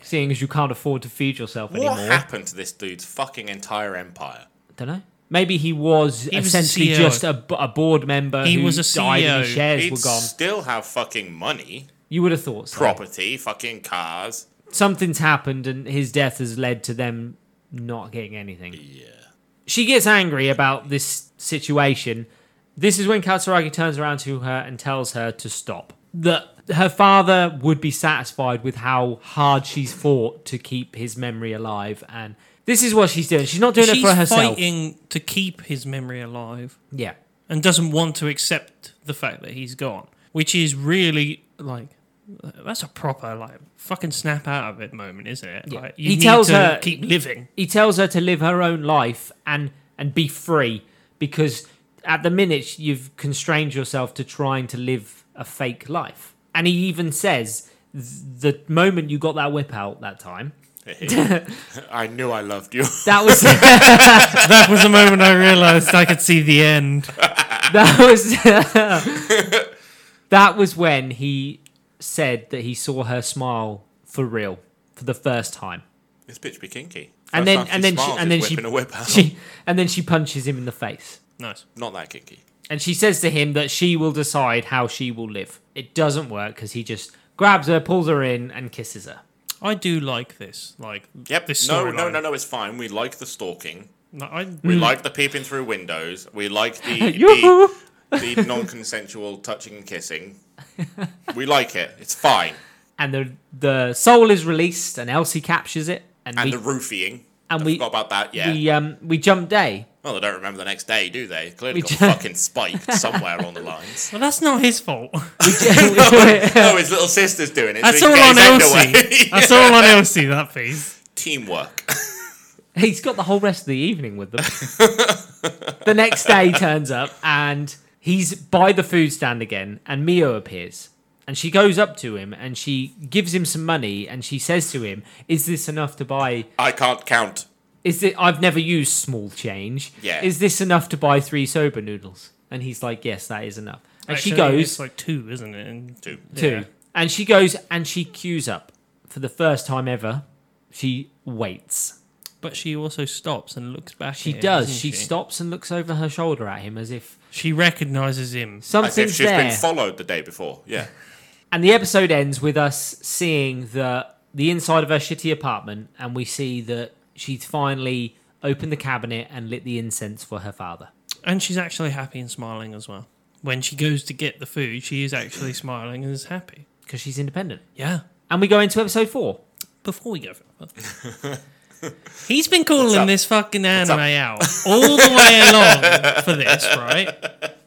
seeing as you can't afford to feed yourself
What
anymore.
happened to this dude's fucking entire empire?
Don't know. Maybe he was
was
essentially
CEO.
just a, b- a board member
He
who
was a E
died and his
CEO.
shares
He'd
were gone.
still have fucking money,
You would have thought so.
property, fucking cars.
Something's happened, and his death has led to them not getting anything.
Yeah.
She gets angry about this situation. This is when Katsuragi turns around to her and tells her to stop. That her father would be satisfied with how hard she's fought to keep his memory alive. And this is what she's doing. She's not doing
She's
it for herself.
fighting to keep his memory alive
Yeah.
and doesn't want to accept the fact that he's gone, which is really like that's a proper like fucking snap out of it moment, isn't it? Like, you
He
need
tells
to
her-
keep living.
He tells her to live her own life and and be free because at the minute you've constrained yourself to trying to live a fake life. And he even says th- the moment you got that whip out that time,
<laughs> I knew I loved you.
that was
<laughs> That was the moment I realized I could see the end.
that
<laughs>
was that was when he said that he saw her smile for real for the first time.
<laughs> this bitch be kinky.
And
First
then-
time she
and then she-
smiles
and
is
then she-
whipping a whip out.
She and then she punches him in the face.
Nice.
Not that kinky.
And she says to him that she will decide how she will live. It doesn't work because he just grabs her, pulls her in, and kisses her.
I do like this. Like
Yep.
This
no, no,
storyline.
no, no. It's fine. We like the stalking.
no, I
Mm.
We like the peeping through windows. We like
<laughs>
the
Hmm. Yoo-hoo.
the, the non-consensual touching and kissing.
<laughs>
We like it. It's fine.
And the the soul is released, and Elsie captures it. And,
And
we,
the roofying.
and
I
we-
forgot about that. Yeah.
we um we jump day.
well, they don't remember the next day, do they? Clearly
We
got
ju- <laughs>
fucking spiked somewhere on the lines.
Well, that's not
<laughs>
his fault.
Oh, his little sister's doing it.
That's
so
all
he can
on
get his
Elsie.
end
<laughs>
away.
<laughs> That's all on Elsie. That piece.
Teamwork.
He's got the whole rest of the evening with them. <laughs> the next day turns up and he's by the food stand again, and Mio appears. And she goes up to him and she gives him some money and she says to him, "Is this enough to buy?
I can't count.
Is it? I've never used small change.
Yeah.
Is this enough to buy three soba noodles?" And he's like, "Yes, that is enough." And she
Actually,
goes
It's like two, isn't it? And
Two.
two,
Yeah.
and she goes and she queues up for the first time ever. She waits.
But she also stops and looks back.
She
at him,
does.
doesn't
She, stops and looks over her shoulder at him as if
She recognizes him.
As if
something's
she's
there.
been followed the day before. Yeah.
and the episode ends with us seeing the the inside of her shitty apartment, and we see that she's finally opened the cabinet and lit the incense for her father.
And she's actually happy and smiling as well. When she goes to get the food, she is actually smiling and is happy.
Because she's independent.
Yeah.
And we go into episode four.
Before we go further, he's been calling
up?
this fucking anime out all the way along for this, right?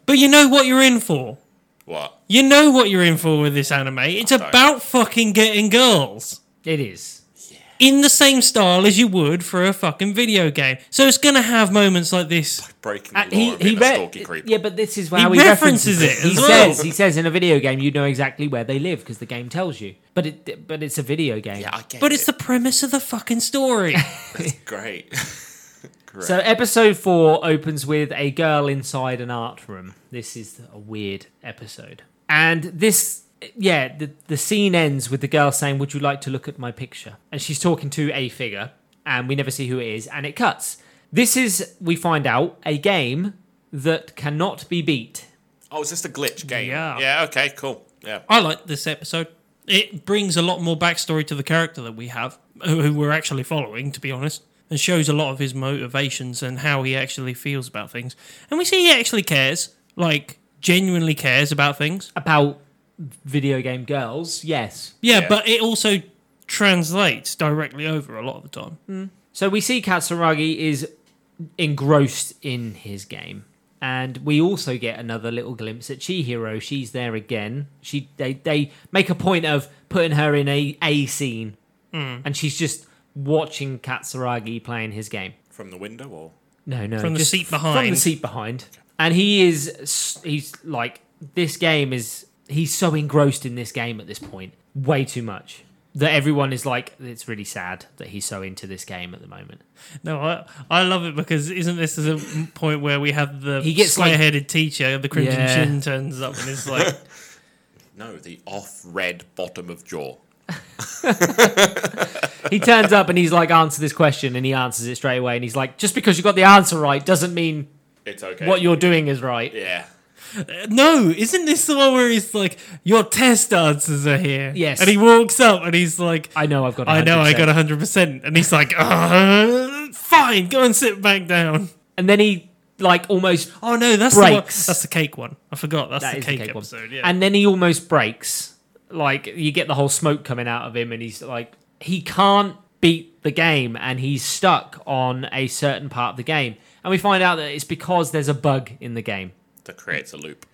But you know what you're in for.
What?
You know what you're in for with this anime. It's
don't.
about fucking getting girls.
It is.
in the same style as you would for a fucking video game. So it's gonna have moments like this.
Breaking the
And
law
Uh, he
and
he
being a
re-
stalky creep.
yeah, but this is
He
how he, references,
references it
it. He
as well.
says he says in a video game you know exactly where they live because the game tells you. But it but it's a video game.
Yeah, I get
But
it.
it's the premise of the fucking story.
great. <laughs> great.
So episode four opens with a girl inside an art room. This is a weird episode, and this yeah the the scene ends with the girl saying, "Would you like to look at my picture?" And she's talking to a figure, and we never see who it is, and it cuts. This is we find out a game that cannot be beat.
oh, is this the glitch game?
Yeah.
Yeah. Okay. Cool. Yeah.
I like this episode. It brings a lot more backstory to the character that we have, who who we're actually following, to be honest, and shows a lot of his motivations and how he actually feels about things. And we see he actually cares, like genuinely cares about things.
about video game girls, yes.
Yeah,
Yeah.
but it also translates directly over a lot of the time.
So we see Katsuragi is engrossed in his game. And we also get another little glimpse at Chihiro. She's there again. She they, they make a point of putting her in a, a scene.
Hmm.
And she's just watching Katsuragi playing his game.
From the window or?
No, no.
From the
just
seat
From the
behind.
seat behind. And he is, s- he's like, this game is, he's so engrossed in this game at this point, way too much, that everyone is like, it's really sad that he's so into this game at the moment.
No, I, I love it because isn't this is a point where we have the
He gets, like-
square-headed teacher, the crimson
Yeah.
chin turns up and it's like,
No, the off red bottom of jaw.
He turns up and he's like, answer this question, and he answers it straight away. And he's like, just because you got the answer right doesn't mean
It's okay.
what you're doing is right.
Yeah.
no, isn't this the one where he's like, your test answers are here?
Yes.
and he walks up and he's like,
I know I've got. 100%.
I know I got hundred percent, and he's like, "Uh, fine, go and sit back down.
And then he like almost
Oh no, that's the one,
Breaks.
that's the cake one. I forgot that's
That
the
is
cake,
the cake
episode.
one.
Yeah,
And then he almost breaks. Like you get the whole smoke coming out of him, and he's like, he can't beat the game, and he's stuck on a certain part of the game. And we find out that it's because there's a bug in the game.
That creates a loop.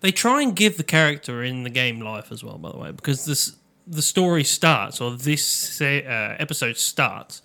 They try and give the character in the game life as well, by the way, because this the story starts or this se- uh, episode starts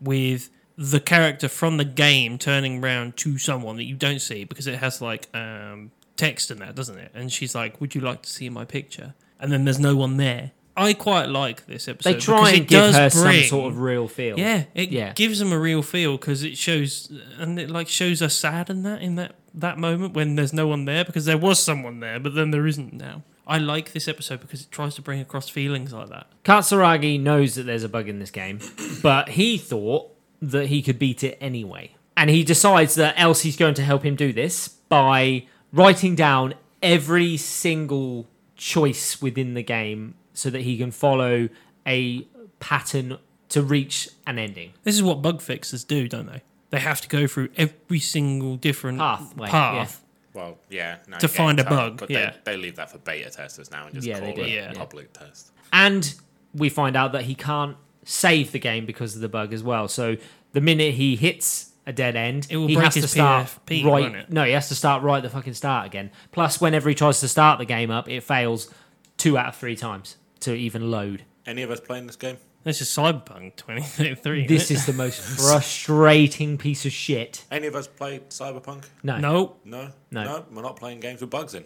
with the character from the game turning round to someone that you don't see because it has like um, text in that, doesn't it? And she's like, "Would you like to see my picture?" And then there's no one there. I quite like this episode.
They
because
try
it
and give
does
her
bring-
some sort of real feel.
yeah, it
Yeah.
gives them a real feel because it shows and it like shows us sad in that in that that moment when there's no one there because there was someone there but then there isn't now. I like this episode because it tries to bring across feelings like that.
Katsuragi knows that there's a bug in this game, but he thought that he could beat it anyway. And he decides that Elsie's going to help him do this by writing down every single choice within the game so that he can follow a pattern to reach an ending.
This is what bug fixers do, don't they? They have to go through every single different
Pathway,
path.
Well, yeah. No,
To
game
find a
time,
bug,
But
yeah.
they, they leave that for beta testers now and just
Yeah,
call
they do,
it
yeah.
public test.
And we find out that he can't save the game because of the bug as well. So the minute he hits a dead end,
It will
he
break
has to
his
start
PFP,
right.
won't it?
No, he has to start right at the fucking start again. Plus, whenever he tries to start the game up, it fails two out of three times to even load.
Any of us playing this game?
This is Cyberpunk 2033. isn't
This
it?
is the
<laughs>
most frustrating piece of shit.
Any of us played Cyberpunk?
No,
no.
No?
No.
We're not playing games with bugs in.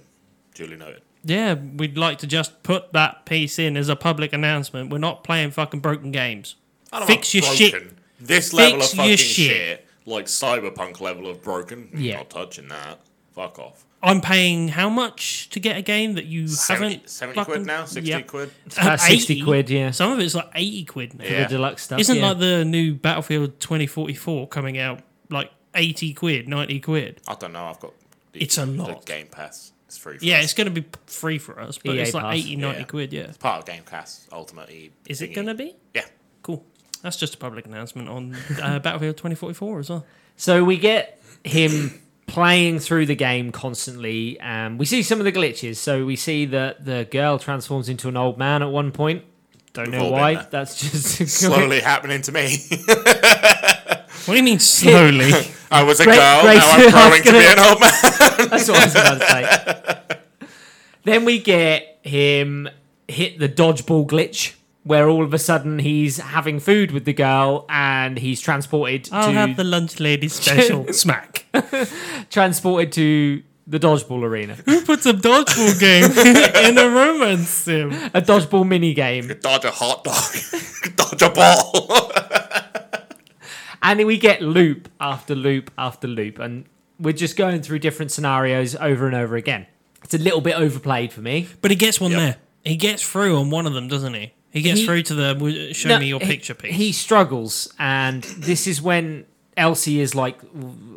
Julie noted.
yeah, we'd like to just put that piece in as a public announcement. We're not playing fucking broken games.
I don't
Fix
want
your shit.
broken. This level
Fix
of
your
fucking
shit.
shit. Like cyberpunk level of broken. Mm,
Yeah.
Not touching that. Fuck off.
I'm paying how much to get a game that you
70,
haven't
70
fucking-
quid now? 60
Yep.
quid?
About 60
80.
quid, yeah.
Some of it's like 80 quid now.
Yeah.
The deluxe stuff.
Isn't
yeah.
like the new Battlefield 2044 coming out like 80 quid, 90 quid?
I don't know. I've got. The,
It's a lot.
The Game Pass. It's free. For
Yeah,
us.
it's going to be p- free for us, but
EA
it's like
E Pass.
80, 90
Yeah.
quid, yeah.
part of Game Pass ultimately.
Is it
thingy.
going to be?
Yeah.
Cool. That's just a public announcement on uh, <laughs> Battlefield 2044 as well.
So we get him playing through the game constantly. Um, we see some of the glitches. So we see that the girl transforms into an old man at one point. Don't
We've
know
all been
why. <laughs>
there.
That's just
uh, Slowly happening to me.
What do you
<laughs>
mean slowly?
I was a
Great-
girl.
great-
now
I
I'm
was
growing to be
gonna-
an old
<laughs>
man. <laughs>
That's what I was about to say. then we get him hit the dodgeball glitch, where all of a sudden he's having food with the girl and he's transported
I'll
to
have the lunch
<laughs>
lady special. Smack.
transported to the dodgeball arena,
Who puts a dodgeball game <laughs> in a romance sim?
a dodgeball mini game,
<laughs> Dodge a hot dog. <laughs> Dodge a ball. <laughs>
and we get loop after loop after loop, and we're just going through different scenarios over and over again. It's a little bit overplayed for me.
But he gets one
Yep.
there. He gets through on one of them, doesn't he? He gets
He-
through to the w- show
No,
me your
he-
picture piece.
He struggles, and this is when Elsie is like,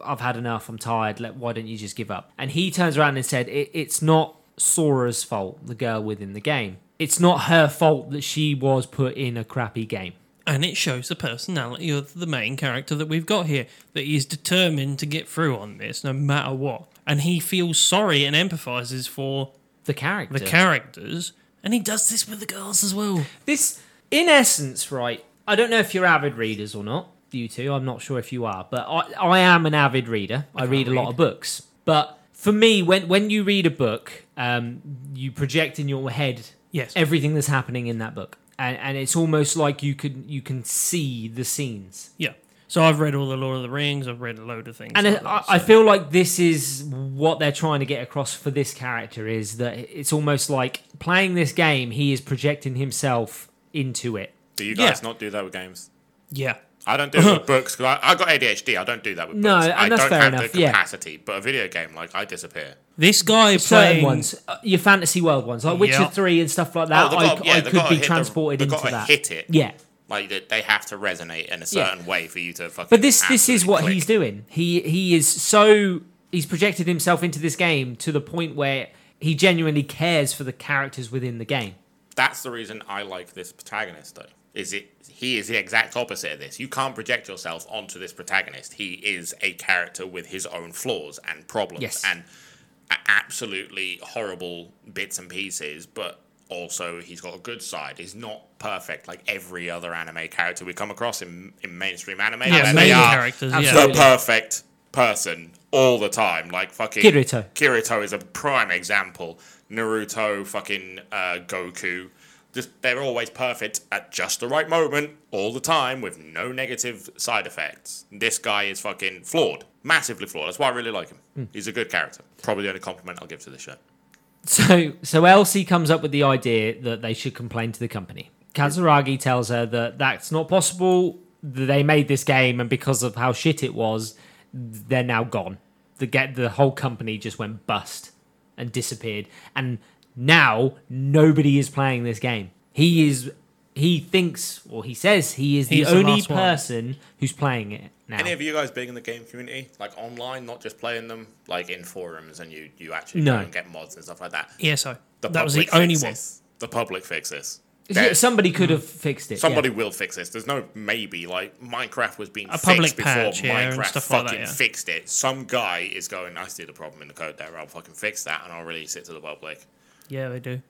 "I've had enough. I'm tired. Let, why don't you just give up?" And he turns around and said, it, "It's not Sora's fault. The girl within the game. It's not her fault that she was put in a crappy game."
and it shows the personality of the main character that we've got here that he's determined to get through on this no matter what. And he feels sorry and empathizes for
The character.
the characters. And he does this with the girls as well.
this, in essence, right? I don't know if you're avid readers or not, you two. I'm not sure if you are, but I, I am an avid reader. I, read a lot of books. But for me, when when you read a book, um, you project in your head
Yes.
everything that's happening in that book, and and it's almost like you can you can see the scenes.
yeah. So I've read all the Lord of the Rings. I've read a load of things.
And
like
I,
that,
I
so-
feel like this is what they're trying to get across for this character is that it's almost like playing this game, he is projecting himself into it.
Do you
Yeah.
guys not do that with games?
yeah.
I don't do it
<laughs>
with books because I, I got ADHD. I don't do that with
No,
books.
and
I
that's
don't
fair
have
enough,
the
yeah.
capacity. But a video game, like I disappear.
This guy
certain
playing
ones, uh, your fantasy world ones, like Witcher
Yeah.
Three and stuff like that.
Oh, they've
I,
gotta- yeah,
I
they've
could
gotta
be
hit the-
transported
they've
into
gotta
that.
hit it.
Yeah,
Like they, they have to resonate in a
Yeah.
certain way for you to fucking.
but this this is
absolutely
what
click.
he's doing. He he is so he's projected himself into this game to the point where he genuinely cares for the characters within the game.
That's the reason I like this protagonist, though. Is it? He is the exact opposite of this. You can't project yourself onto this protagonist. He is a character with his own flaws and problems
Yes.
and a- absolutely horrible bits and pieces, but also he's got a good side. He's not perfect like every other anime character we come across in, in mainstream anime.
yeah,
where
main
they are
characters.
Absolutely.
the
Yeah.
perfect person all the time. Like fucking
Kirito.
Kirito is a prime example. Naruto, fucking uh, Goku. Just they're always perfect at just the right moment, all the time, with no negative side effects. This guy is fucking flawed, massively flawed. That's why I really like him.
Hmm.
He's a good character. Probably the only compliment I'll give to this show.
So so Elsie comes up with the idea that they should complain to the company. Kazuragi tells her that that's not possible. that They made this game, and because of how shit it was, they're now gone. The get the whole company just went bust and disappeared, and now nobody is playing this game. He is. He thinks, or he says, he is the
He's the
only
last one.
person who's playing it now.
Any of you guys being in the game community, like online, not just playing them, like in forums, and you you actually
No.
go and get mods and stuff like that.
yeah, so
The
E that was the
public
only
fix
one.
this. The public fix this.
Yeah,
There's-
somebody could
Mm.
have fixed it. yeah.
Somebody will fix this. There's no maybe. Like Minecraft was being
A
fixed
public
before
patch, yeah, and
Minecraft
stuff like
fucking
that, yeah.
fixed it. Some guy is going, I see the problem in the code there. I'll fucking fix that and I'll release it to the public.
Yeah, they do.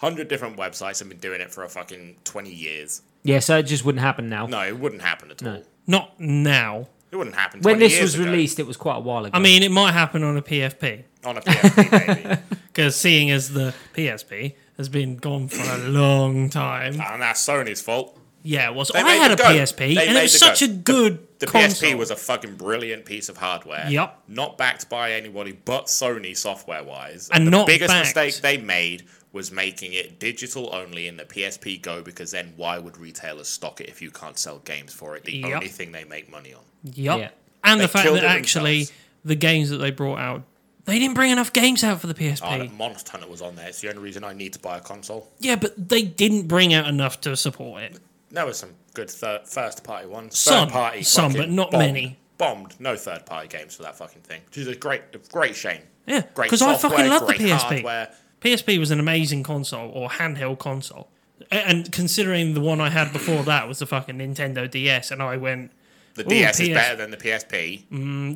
Hundred different websites have been doing it for a fucking twenty years.
yeah. So it just wouldn't happen now.
No, it wouldn't happen at all.
Not now.
It wouldn't happen.
when
20
this
years
was
ago.
released, it was quite a while ago.
I mean, it might happen on a PFP.
on a PSP, maybe. <laughs>
Because seeing as the PSP has been gone for a long time,
and that's Sony's fault.
yeah, it was.
They
I
made
had a
the go.
PSP,
They
and
made
it was
the
such
go.
a good
The PSP
console.
was a fucking brilliant piece of hardware.
Yup.
Not backed by anybody but Sony software wise.
And
the
not
biggest
backed-
mistake they made was making it digital only in the PSP Go because then why would retailers stock it if you can't sell games for it? The
Yup.
only thing they make money on.
Yep.
Yeah.
And the
They
fact
killed
that
it
actually
themselves.
the games that they brought out, they didn't bring enough games out for the
Oh,
PSP.
that Monster Hunter was on there. It's the only reason I need to buy a console.
yeah, but they didn't bring out enough to support it.
There were some good thir- first party ones.
Some.
third party,
Some,
fucking
but not
bombed-
many.
Bombed. No third party games for that fucking thing, which is a great, a great shame.
Yeah,
Great
'cause I
software,
fucking love the
great
PSP.
Hardware.
PSP was an amazing console or handheld console. A- And considering the one I had before that was the fucking Nintendo DS, and I went,
The DS is
PS.
better than the PSP.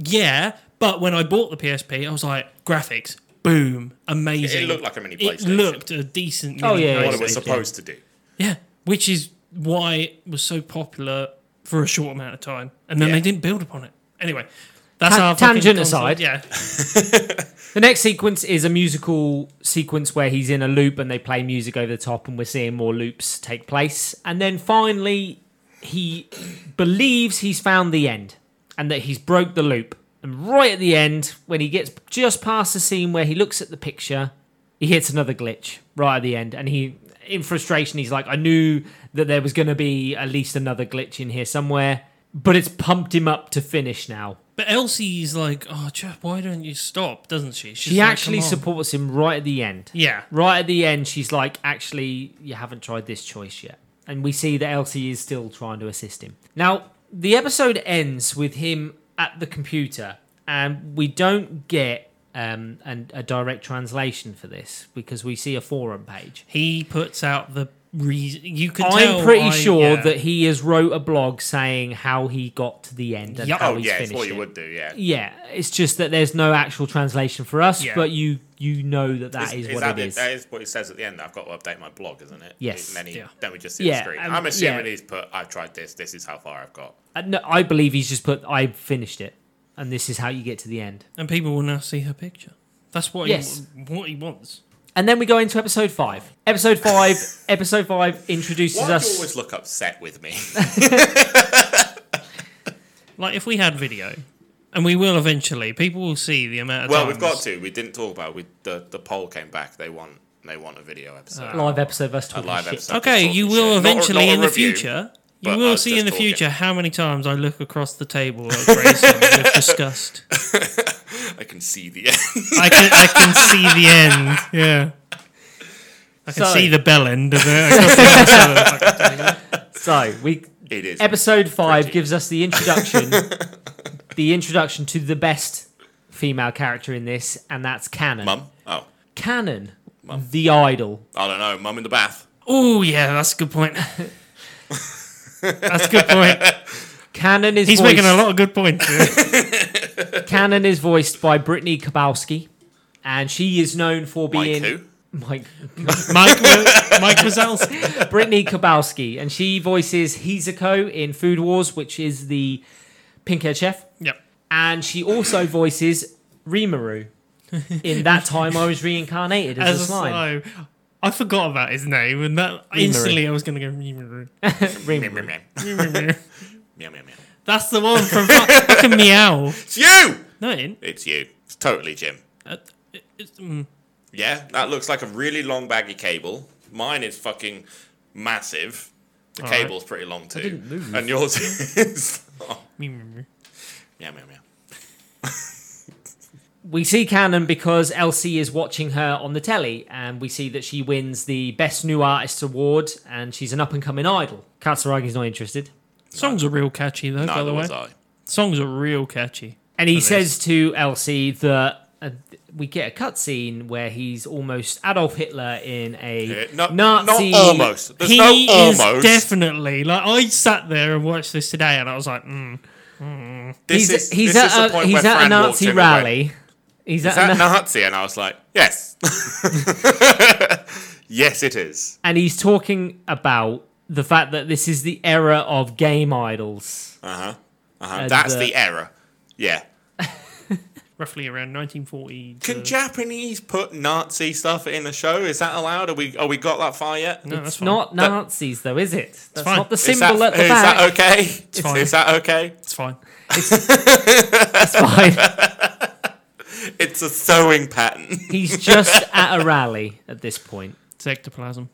yeah. But when I bought the PSP, I was like, graphics, boom, amazing.
It looked like a mini
It
PlayStation.
looked a decent.
Oh,
mini
yeah, yeah,
What it was
PlayStation.
supposed to do.
Yeah, which is why it was so popular for a short amount of time, and then
Yeah.
they didn't build upon it. Anyway, that's
Ta-
our fucking
tangent
console-
aside.
Yeah,
The next sequence is a musical sequence where he's in a loop and they play music over the top, and we're seeing more loops take place. And then finally, he believes he's found the end and that he's broke the loop. And right at the end, when he gets just past the scene where he looks at the picture, he hits another glitch right at the end. And he, in frustration, he's like, I knew that there was going to be at least another glitch in here somewhere, but it's pumped him up to finish now.
but Elsie's like, "Oh, Jeff, why don't you stop?" Doesn't she? She's
She
like,
actually
"Come on."
supports him right at the end.
Yeah,
right at the end, she's like, actually, you haven't tried this choice yet. And we see that Elsie is still trying to assist him. Now, the episode ends with him at the computer, and we don't get um, an, a direct translation for this because we see a forum page.
he puts out the reason. You can. tell
I'm pretty
I-
sure
yeah.
that he has wrote a blog saying how he got to the end and
Yup.
how
Oh,
he's
yeah, it's
finished
what you
it.
would do, yeah.
Yeah, it's just that there's no actual translation for us,
Yeah.
but you you know that that is, what
that
it
it-
is.
That is what it says at the end. I've got to update my blog, isn't it?
Yes.
And then, he-
Yeah.
then we just see
Yeah,
the screen.
um,
I'm assuming
yeah.
he's put, I've tried this, this is how far I've got.
Uh, No, I believe he's just put. I finished it, and this is how you get to the end.
and people will now see her picture. That's what
Yes.
he, what he wants.
And then we go into episode five. Episode
<laughs>
five. episode five introduces
Why do you
us.
always look upset
<laughs>
with me?
Like if we had video, and we will eventually, people will see the amount of.
well, we've got
times-
to. We didn't talk about it. We, the, the poll came back. They want, they want a video episode.
live episode of us
a
talking
live
Oh, shit.
episode.
Okay,
Just
you
talking
will
shit. Not a-
eventually
not a
in the
review.
future. You
but I
will
was
see in
just
the
talking.
future how many times I look across the table at Grayson
<laughs>
with disgust.
I can see the end. <laughs>
I can I can see the end. Yeah. I can
So-
see the bell end of
<laughs>
it. I can see the side of the fucking-
So we
it is.
episode five
Pretty.
gives us the
<laughs>
introduction. the introduction to the best female character in this, and that's Canon.
Mum? Oh,
Canon, the idol.
I don't know. Mum in the bath.
oh yeah, that's a good point. That's a good point.
Canon is
He's
voiced,
making a lot of
<laughs>
good points. here.
Canon is voiced by Brittany Kabowski, and she is known for
Mike
being <laughs>
who?
Mike
Mike, Mike Wazowski.
<laughs> Brittany Kabowski, and she voices Hizuko in Food Wars, which is the pink haired chef.
Yep.
And she also voices Rimuru in That Time I Was Reincarnated as,
As
a Slime.
a slime. I forgot about his name, and that instantly I was going to
Meow, meow,
Rimuru.
meow.
go.
Meow, meow, meow.
That's the one from fu- fucking meow.
It's you!
No, it ain't.
It's you. It's totally Jim.
Uh, it- it's, mm,
Yeah, that looks like a really long baggy cable. Mine is fucking massive. The
All right.
cable's pretty long too.
didn't move.
And yours <laughs> is. Oh,
me, me, me.
meow, meow, meow.
We see Canon because Elsie is watching her on the telly, and we see that she wins the Best New Artist Award, and she's an up and coming idol. Katsuragi's not interested.
Songs are real catchy though. by
Neither
the way,
was I.
songs are real catchy.
And he
is.
says to Elsie that uh, we get a cutscene where he's almost Adolf Hitler in a
Yeah, no-
Nazi.
Not almost. There's
he
no
is
almost.
definitely like I sat there and watched this today, and I was like, mm.
he's
this is,
he's
this
at
is the
a,
point
he's
where
at a
Fran walked
Nazi
in and went,
rally. He's
Is
at a <laughs>
that
Na-
Nazi? And I was like, yes. <laughs> yes, it is.
and he's talking about the fact that this is the era of game idols.
Uh huh. Uh huh.
And,
That's
uh,
the error. Yeah.
roughly around 1940. to-
Can
uh,
Japanese put Nazi stuff in the show? Is that allowed? Are we are we got that far yet?
no, that's
It's
fine.
not
Oh, That-
Nazis, though, is it? That's
fine.
not the
Is
symbol
that-
at the
is
back.
that okay?
fine.
Is that okay?
It's fine.
It's fine.
It's a sewing pattern.
<laughs>
<laughs>
He's just at a rally at this point.
It's ectoplasm.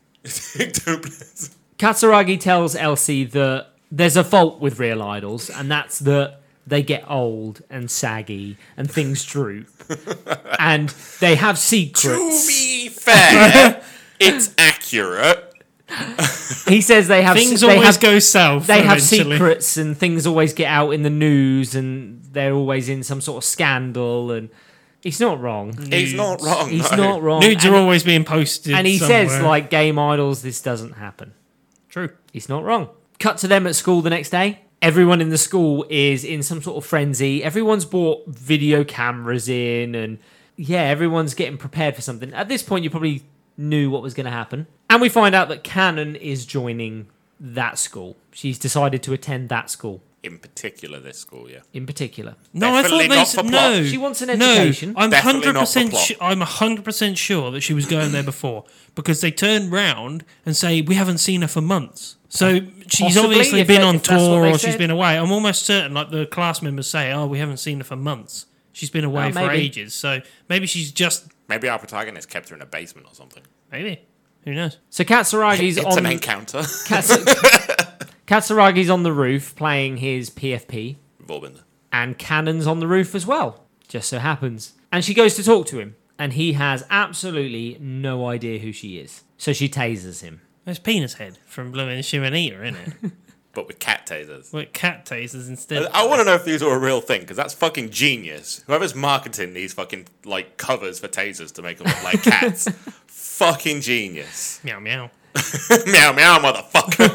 Ectoplasm.
Katsuragi tells Elsie that there's a fault with real idols, and that's that they get old and saggy and things droop, and they have
to
secrets.
be
<laughs>
fair, it's accurate.
He says they have
Things
they
always
have-
go south.
They have
eventually.
secrets, and things always get out in the news, and they're always in some sort of scandal. And he's not wrong.
He's not wrong.
He's
Oh, no.
not wrong.
Nudes
and,
are always being posted.
and he says
somewhere.
like game idols, this doesn't happen.
true.
He's not wrong. Cut to them at school the next day. Everyone in the school is in some sort of frenzy. Everyone's bought video cameras in, and yeah, everyone's getting prepared for something. At this point, you probably knew what was going to happen. And we find out that Canon is joining that school. She's decided to attend that school
In particular, this school, yeah.
in particular.
No, I
Definitely
thought they
not
s-
for plot.
no.
She wants an
no,
education.
I'm
Definitely
hundred
not for
percent.
plot.
Sh- I'm hundred percent sure that she was going there before because they turn round and say we haven't seen her for months. So she's
Possibly,
obviously
if
been
they-
on
if that's what
tour
they
or she's
said.
been away. I'm almost certain, like the class members say, oh, we haven't seen her for months. She's been away
Oh,
for
maybe.
ages. So maybe she's just
Maybe our protagonist kept her in a basement or something.
maybe who knows.
So Katsuragi's
it's
on
an encounter. <laughs>
Kats- Katsuragi's on the roof playing his PFP,
We've all been there.
and Cannon's on the roof as well. Just so happens, and she goes to talk to him, and he has absolutely no idea who she is. So she tases him.
That's penis head from Blue and Shimonita, isn't it?
But with cat tasers.
like cat tasers instead.
I want to know if these are a real thing because that's fucking genius. Whoever's marketing these fucking like covers for tasers to make them look
<laughs>
like cats, fucking genius.
meow meow.
meow meow, motherfucker.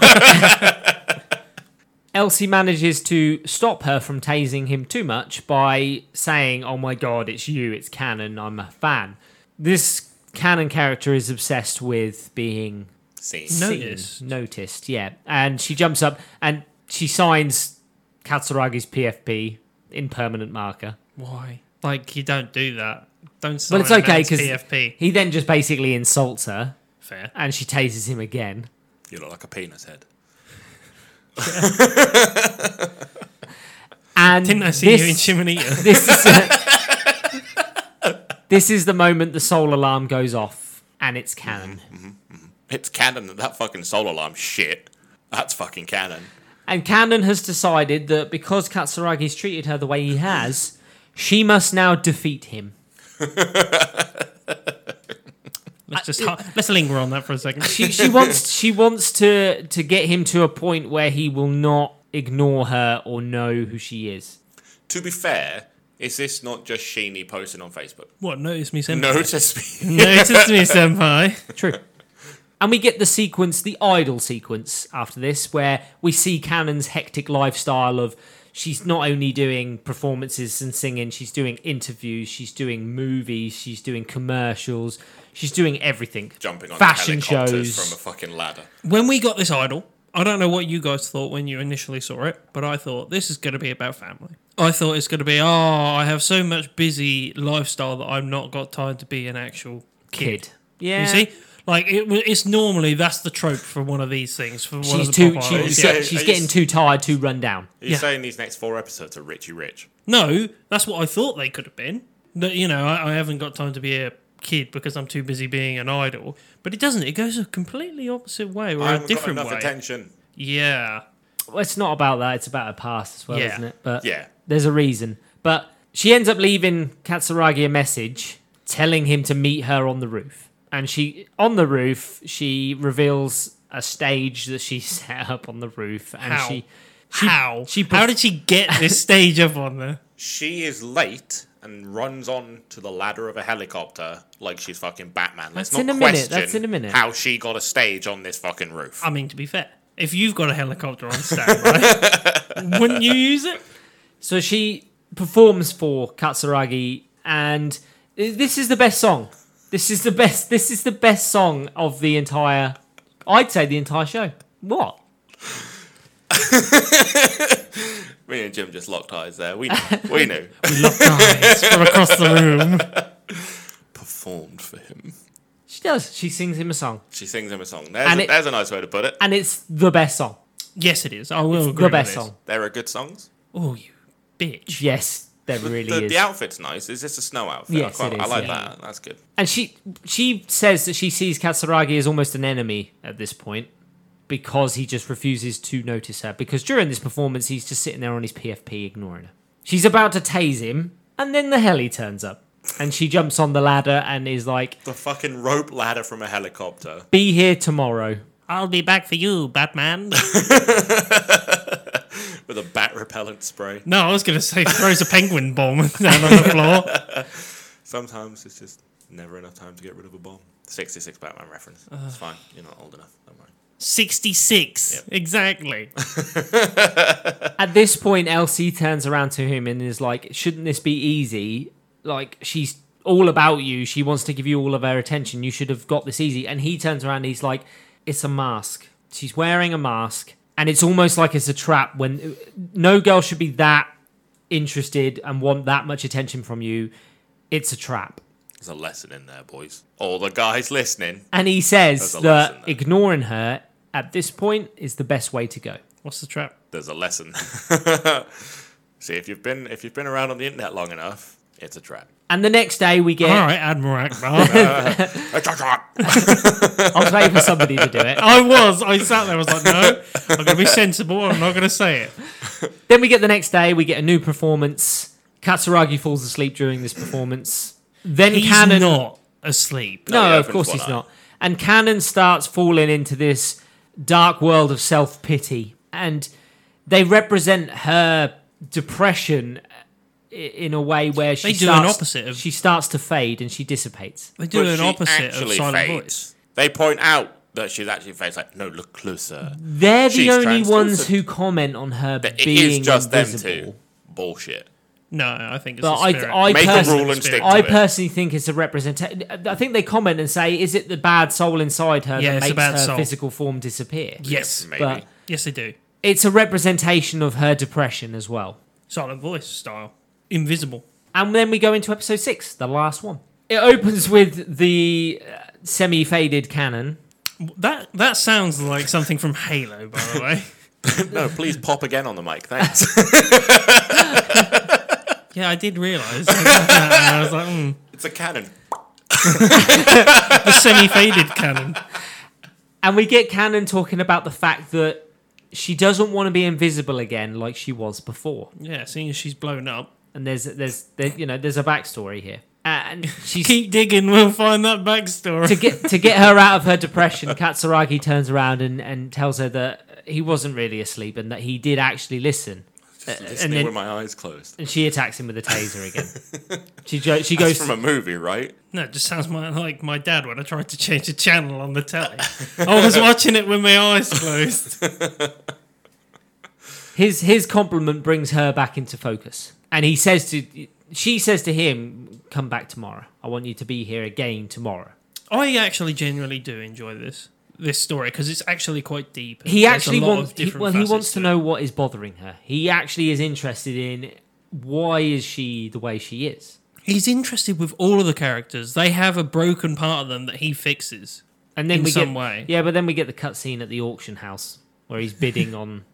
Elsie manages to stop her from tasing him too much by saying, "Oh my god, it's you, it's Cannon. I'm a fan." This Cannon character is obsessed with being
See,
No.
seen,
Noticed.
noticed, yeah. And she jumps up and she signs Katsuragi's PFP in permanent marker.
Why? Like you don't do that. Don't.
But
Sign
it's okay
man's
because
PFP.
he then just basically insults her
Fair.
and she tases him again.
you look like a penis head.
And
Didn't I see
this, <laughs>
you in <laughs> Chimonita?
this
<laughs>
is this is the moment the soul alarm goes off and it's Cannon.
Mm-hmm.
It's canon that that fucking soul alarm shit. That's fucking canon.
And Cannon has decided that because Katsuragi's treated her the way he has, she must now defeat him.
Let's just hi- let's linger on that for a second.
she, she wants she wants to to get him to a point where he will not ignore her or know who she is.
To be fair, is this not just Sheeny posting
<laughs>
on Facebook?
<laughs> What? Notice me, senpai.
Notice me.
<laughs> Notice me, senpai.
True. <laughs> And we get the sequence, the idol sequence after this, where we see Cannon's hectic lifestyle of she's not only doing performances and singing, she's doing interviews, she's doing movies, she's doing commercials, she's doing everything.
<laughs> Jumping on
fashion
helicopters
shows.
from a fucking ladder.
When we got this idol, I don't know what you guys thought when you initially saw it, but I thought this is going to be about family. I thought it's going to be oh, I have so much busy lifestyle that I've not got time to be an actual kid.
Kid. Yeah.
You see. Like it, wa- it's normally that's the trope for one of these things. For one
She's
of the
too
pop
she,
idols.
yeah.
she's getting too tired, too run down.
You're
Yeah.
saying these next four episodes are Richie Rich.
No, that's what I thought they could have been. That you know, I, I haven't got time to be a kid because I'm too busy being an idol. But it doesn't. It goes a completely opposite way or
I
a
haven't got
different
enough
way.
attention.
Yeah,
Well, it's not about that, it's about her past as well,
Yeah.
isn't it? But
Yeah.
There's a reason. But she ends up leaving Katsuragi a message telling him to meet her on the roof. And she, on the roof, she reveals a stage that she <laughs> set up on the roof. And
How?
she,
how?
she
how did she get
<laughs>
this stage up on there?
She is late and runs on to the ladder of a helicopter like she's fucking Batman. Let's
That's
not
in a minute,
question
that's in a minute. Uh,
how she got a stage on this fucking roof.
I mean, to be fair, if you've got a helicopter
<laughs>
on standby, wouldn't you use <laughs> it?
so she performs for Katsuragi. And this is the best song. This is the best, this is the best song of the entire, I'd say the entire show. What?
Me and Jim just locked eyes
<laughs>
there. We knew. we knew.
Guys, from across the room.
<laughs> Performed for him.
She does. She sings him a song,
She sings him a song. There's,
And
a,
it-
there's a nice way to put it.
and it's the best song.
Yes, it is. I will agree
the
with
best
this.
song.
There are good songs.
Oh, you bitch.
Yes, there really
the,
is.
the outfit's nice. Is this a snow outfit?
Yes,
I, quite,
it
I
is,
like
yeah.
that. That's good.
and she she says that she sees Katsuragi as almost an enemy at this point because he just refuses to notice her. Because during this performance, he's just sitting there on his PFP ignoring her. She's about to tase him, and then the heli turns up, and she jumps on the ladder and is like,
The fucking rope ladder from a helicopter.
"Be here tomorrow."
I'll be back for
<laughs>
you, Batman.
with a bat repellent spray.
no, I was going to say throws a penguin bomb <laughs> down on the floor.
<laughs>
Sometimes it's just never enough time to get rid of a bomb. 66 Batman reference. it's fine. You're not old enough. Don't worry.
66.
Yep.
Exactly.
At this point, Elsie turns around to him and is like, "Shouldn't this be easy? Like she's all about you. She wants to give you all of her attention. You should have got this easy." And he turns around and he's like, "It's a mask. She's wearing a mask, and it's almost like it's a trap. When uh, no girl should be that interested and want that much attention from you. It's a trap."
There's a lesson in there, boys. All the guys listening.
And he says
There's a lesson
that
there.
ignoring her at this point is the best way to go.
What's the trap?
There's a lesson. <laughs> See, if you've been if you've been around on the internet long enough, it's a trap.
And the next day we get.
All right, Admiral Akbar.
It's a trap.
I was waiting for somebody to do it.
I was. I sat there. I was like, no, I'm going to be sensible. I'm not going to say it.
Then we get the next day, we get a new performance. Katsuragi falls asleep during this performance. Then
He's
Cannon.
not asleep.
no,
No, he
of
opens
course
one
he's
eye.
not. And Cannon starts falling into this dark world of self pity. And they represent her depression i- in a way where she
They do an
starts,
opposite of-
she starts to fade and she dissipates.
They do
But
an
she
opposite of
actually
Silent
fades.
Voice.
They point out that she's actually faced like, no, look closer.
They're the
She's
only ones
translucent.
who comment on her
But it
being
is just
invisible.
them two. Bullshit.
No, I think it's
But
the
I-
spirit.
I
Make a
personally-
rule and stick to
I
it.
personally think it's a representation. I think they comment and say, "Is it the bad soul inside her
Yeah,
that
it's the
makes
bad
her
soul.
physical form disappear?"
yes,
Maybe.
but
yes, they do.
it's a representation of her depression as well.
Silent Voice style, invisible.
And then we go into episode six, the last one. It opens with the uh, semi-faded cannon.
That that sounds like something from Halo, by the way.
no, please pop again on the mic.
<laughs>
Thanks.
yeah, I did realise. <laughs> I was like, mm,
it's a
Uh,
cannon.
the semi-faded cannon.
And we get Cannon talking about the fact that she doesn't want to be invisible again like she was before.
Yeah, seeing as she's blown up.
And there's there's there, you know there's a backstory here.
<laughs>
And she's
Keep digging, we'll find that backstory.
to get to get her out of her depression, Katsuragi turns around and, and tells her that he wasn't really asleep and that he did actually listen.
Just listening
then-
with my eyes closed.
And she attacks him with a taser again. she jo- she
That's
goes.
from a movie, right?
No, it just sounds my, like my dad when I tried to change the channel on the telly. I was watching it with my eyes closed.
his his compliment brings her back into focus, and he says to she says to him, "Come back tomorrow. I want you to be here again tomorrow."
I actually genuinely do enjoy this this story because it's actually quite deep.
He
There's a
actually
lot
wants
of
he,
different
well he
facets
wants to
it.
know what is bothering her. He actually is interested in why is she the way she is.
He's interested with all of the characters. They have a broken part of them that he fixes.
And then
In
we
some
get,
way.
yeah, but then we get the cutscene at the auction house where he's bidding on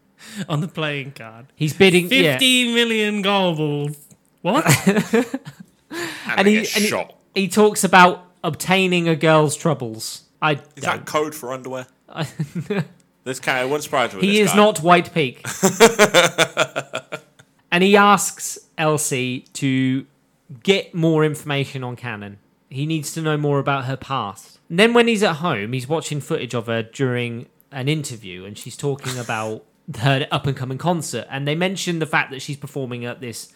on the playing card.
He's bidding yeah.
<laughs> fifty million gold balls.
<laughs>
What?
And,
And
they
he-
get
and he-
shot.
He talks about obtaining a girl's troubles. I
Is
don't.
that code for underwear?
<laughs>
this guy, I wouldn't surprise me. with
he
this
is
guy.
not White
<laughs>
Peak. and he asks Elsie to get more information on Canon. He needs to know more about her past. And then when he's at home, he's watching footage of her during an interview and she's
<laughs>
talking about her up and coming concert and they mention the fact that she's performing at this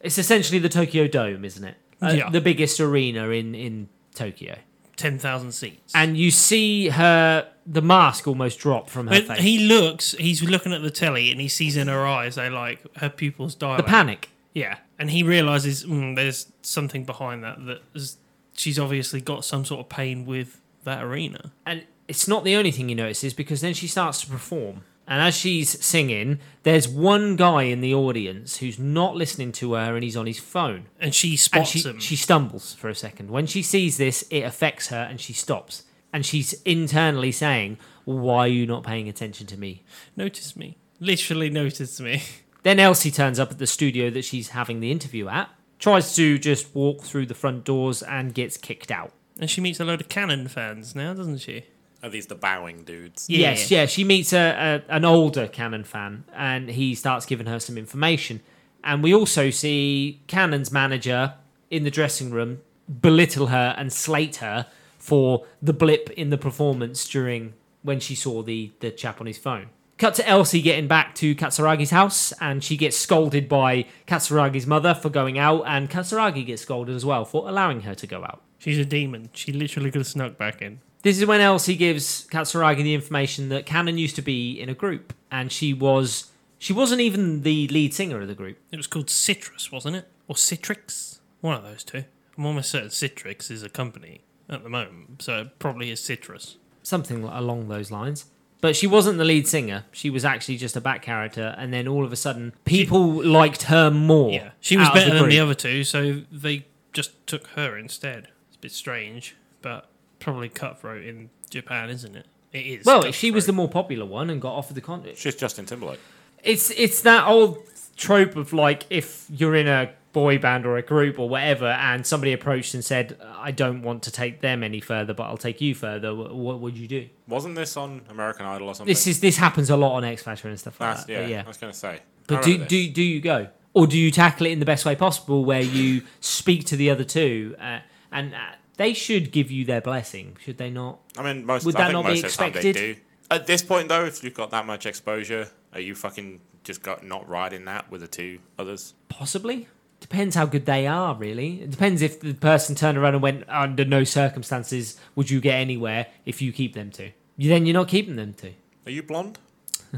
it's essentially the Tokyo Dome, isn't it? Uh,
Yeah.
The biggest arena in in Tokyo.
Ten thousand seats.
And you see her the mask almost drop from her
but
face.
he looks. He's looking at the telly, and he sees in her eyes. They like her pupils dilate.
the panic.
Yeah, and he realizes mm, there's something behind that. That is, she's obviously got some sort of pain with that arena.
and it's not the only thing he notices because then she starts to perform And as she's singing, there's one guy in the audience who's not listening to her and he's on his phone.
and she
And
spots
she,
him.
she stumbles for a second. When she sees this, it affects her and she stops. And she's internally saying, Why are you not paying attention to me?
noticed me. Literally noticed me. <laughs>
Then Elsie turns up at the studio that she's having the interview at, tries to just walk through the front doors and gets kicked out.
And she meets a load of Canon fans now, doesn't she?
Are these the bowing dudes?
Yeah.
Yes, yeah. She meets a, a an older Canon fan, and he starts giving her some information. And we also see Canon's manager in the dressing room belittle her and slate her for the blip in the performance during when she saw the the chap on his phone. Cut to Elsie getting back to Katsuragi's house, and she gets scolded by Katsuragi's mother for going out, and Katsuragi gets scolded as well for allowing her to go out.
She's a demon. She literally could have snuck back in.
This is when Elsie gives Katsuragi the information that Canon used to be in a group, and she was she wasn't even the lead singer of the group.
It was called Citrus, wasn't it? Or Citrix? One of those two. I'm almost certain Citrix is a company at the moment, so it probably is Citrus.
something along those lines. But she wasn't the lead singer. She was actually just a back character, and then all of a sudden, people liked her more.
Yeah. She was
out of
better than the
group.
other two, so they just took her instead. It's a bit strange, but probably cutthroat in Japan, isn't it? It is.
Well, if she was the
cutthroat.
more popular one and got offered the contract,
She's Justin Timberlake.
it's it's that old trope of like if you're in a boy band or a group or whatever, and somebody approached and said, "I don't want to take them any further, but I'll take you further." wh- What would you do?
Wasn't this on American Idol or something?
This is this happens a lot on X Factor and stuff like
That's,
that.
yeah,
But yeah,
I was gonna say. I
But do,
remember this.
do do you go, or do you tackle it in the best way possible, where you speak to the other two, uh, and uh, they should give you their blessing, should they not?
I mean, most.
would
I
that
think
not be
most of the time they
expected?
do. At this point, though, if you've got that much exposure, are you fucking just got not riding that with the two others?
Possibly. Depends how good they are, really. It depends if the person turned around and went, under no circumstances would you get anywhere if you keep them two. You, then you're not keeping them two.
Are you blonde?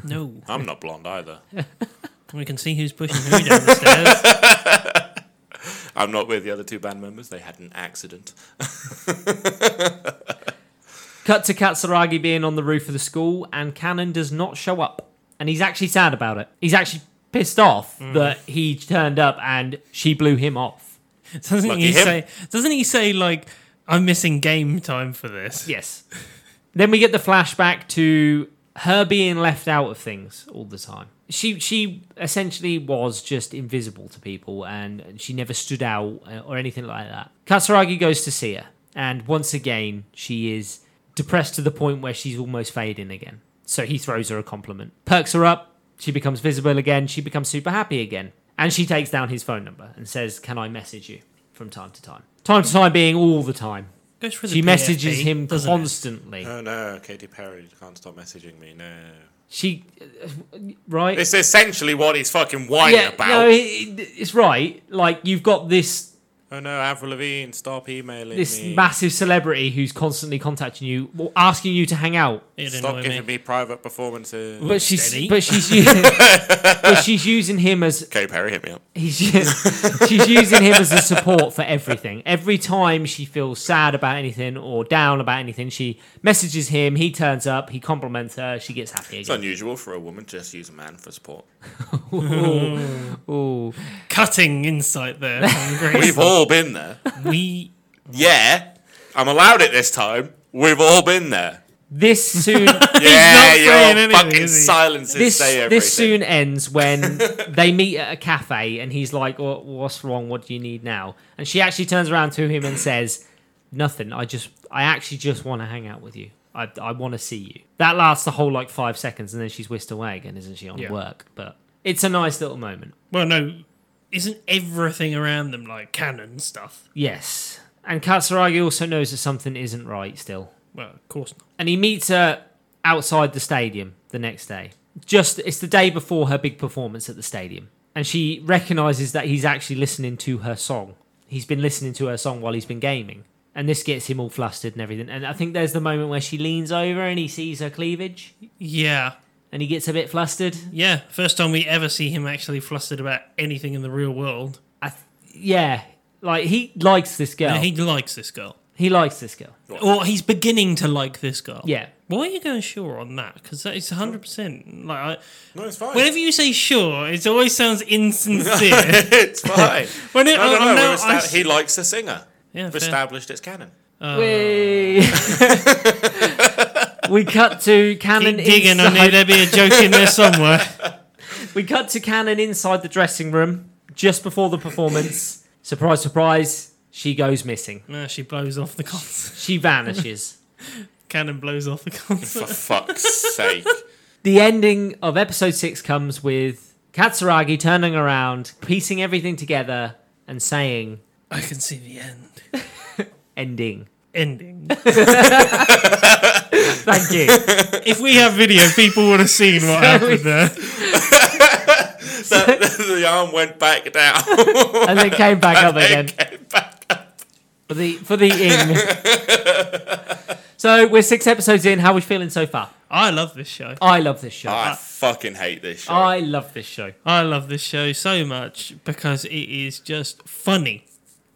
No.
I'm not
<laughs>
blonde either.
We can see who's pushing who down the stairs.
I'm not with the other two band members. They had an accident.
Cut to Katsuragi being on the roof of the school, and Cannon does not show up. And he's actually sad about it. He's actually pissed off that he turned up and she blew him off.
Doesn't
Lucky
he
him.
say? Doesn't he say like, "I'm missing game time for this"?
Yes. then we get the flashback to her being left out of things all the time. She she essentially was just invisible to people, and she never stood out uh, or anything like that. Katsuragi goes to see her, and once again she is depressed to the point where she's almost fading again. So he throws her a compliment, perks her up. She becomes visible again. She becomes super happy again, and she takes down his phone number and says, "Can I message you?" From time to time, time to time being all the time.
Goes for the
She messages
PFP,
him
doesn't it? Uh.
constantly.
Oh no, Katy Perry can't stop messaging me. No,
She, right?
it's essentially what he's fucking whining
yeah,
about.
no, it- it- it's right. Like you've got this
oh no, Avril Lavigne, stop emailing
this
me.
massive celebrity who's constantly contacting you, or asking you to hang out.
It'd
stop
annoy
giving
me.
me private performances.
But she's
Steady.
but
<laughs>
she's u- but she's using him as
Katy Perry hit me up.
he's u- she's using him as a support for everything. Every time she feels sad about anything or down about anything, she messages him. He turns up. He compliments her. She gets happy
It's
again.
unusual for a woman to just use a man for
<laughs>
support.
Ooh.
Cutting insight there.
<laughs>
from Grace.
We've all been there.
we
Yeah, I'm allowed it this time. We've all been
<laughs>
there.
This soon.
Yeah,
not saying
your
anything,
fucking
is he?
silences
this
say everything.
this soon ends
<laughs>
when they meet at a cafe and he's like "Wha- what's wrong what do you need now and she actually turns around to him and says nothing i just i actually just want to hang out with you i, I want to see you that lasts the whole like five seconds and then she's whisked away again isn't she on
Yeah.
work but it's a nice little moment
well no. Isn't everything around them like canon stuff?
yes and katsuragi also knows that something isn't right still
Well, of course not.
and he meets her outside the stadium the next day. Just it's the day before her big performance at the stadium, and she recognizes that he's actually listening to her song. He's been listening to her song while he's been gaming, and this gets him all flustered and everything. And I think there's the moment where she leans over and he sees her cleavage,
Yeah,
and he gets a bit flustered.
yeah. First time we ever see him actually flustered about anything in the real world.
I th- yeah, like he likes this girl.
Now, he likes this girl.
He likes this girl.
Or he's beginning to like this girl.
Yeah.
Why are you going sure on that? Because that is 100%. Like, I,
No, it's <laughs> fine.
whenever you say sure, it always
<laughs>
sounds insincere.
it's fine.
when it,
no, no,
I'm
no.
now-
we've
I
esta-
s-
he likes the singer.
Yeah,
We've
fair.
established it's canon.
Oh.
Whee! <laughs> we cut to Cannon
Keep digging. I knew
inside.
there'd be a joke in
<laughs>
there somewhere. <laughs>
We cut to Cannon inside the dressing room just before the performance. surprise, surprise! She goes missing.
no, she blows off the concert. <laughs>
She vanishes.
Cannon blows off the
<laughs>
For <laughs>
concert.
fuck's sake.
the ending of episode six comes with Katsuragi turning around, piecing everything together, and saying,
I can see the end.
"Ending."
Ending.
Thank you.
if we have video, people would
<laughs>
have seen what happened there.
the, the arm went back down.
and then came back up again.
Came back up.
for the for the ing. so we're six episodes in. How are we feeling so far?
I love this show.
I love this show.
<laughs> I fucking hate this show.
I love this show.
I love this show so much because it is just funny.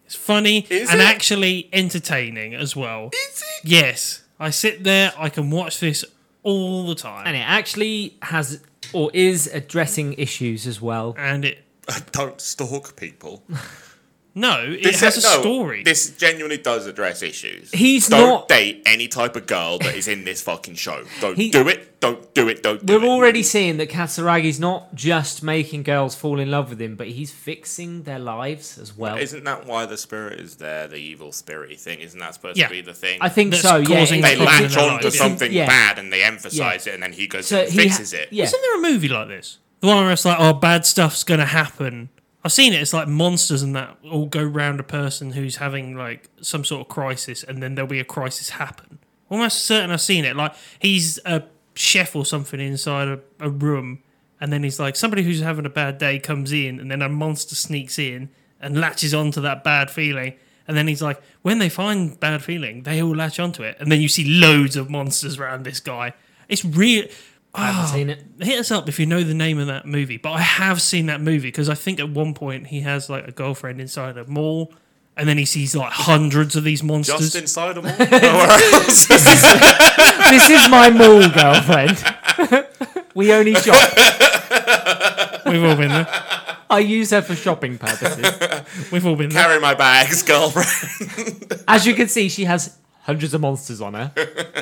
It's funny
Is
and
it?
actually entertaining as well. Is it? <laughs> Yes. I sit there, I can watch this all the time.
And it actually has or is addressing issues as well.
And it
Don't stalk people.
no, it
This
has a
is- no,
story.
This genuinely does address issues.
He's
don't
not-
date any type of girl that is in this fucking show. Don't
He-
do it. Don't do it. Don't do
We're
it.
already seeing that Katsuragi's not just making girls fall in love with him, but he's fixing their lives as well.
Isn't that why the spirit is there? The evil spirit thing. Isn't that supposed
Yeah.
to be the thing?
I think
That's
so. Yeah,
causing
it's-
they
It's
latch
in their
on to
lives.
something
Yeah.
bad and they emphasize it, and then he goes
so
and
he ha-
fixes it.
Yeah,
Isn't there a movie like this? The one where it's like, oh, bad stuff's gonna happen. I've seen it. It's like monsters and that all go round a person who's having like some sort of crisis, and then there'll be a crisis happen. Almost certain I've seen it. Like he's a chef or something inside a, a room, and then he's like, somebody who's having a bad day comes in, and then a monster sneaks in and latches onto that bad feeling. And then he's like, when they find bad feeling, they all latch onto it. And then you see loads of monsters around this guy. It's real.
I haven't seen it.
Hit us up if you know the name of that movie. But I have seen that movie because I think at one point he has like a girlfriend inside a mall, and then he sees like hundreds of these monsters.
Just
<laughs>
inside them all. Nowhere else.
this is <laughs> my mall girlfriend. <laughs> we only shop.
We've all been there.
I use her for shopping purposes.
We've all been there.
Carry my bags, girlfriend.
As you can see, she has hundreds of monsters on her.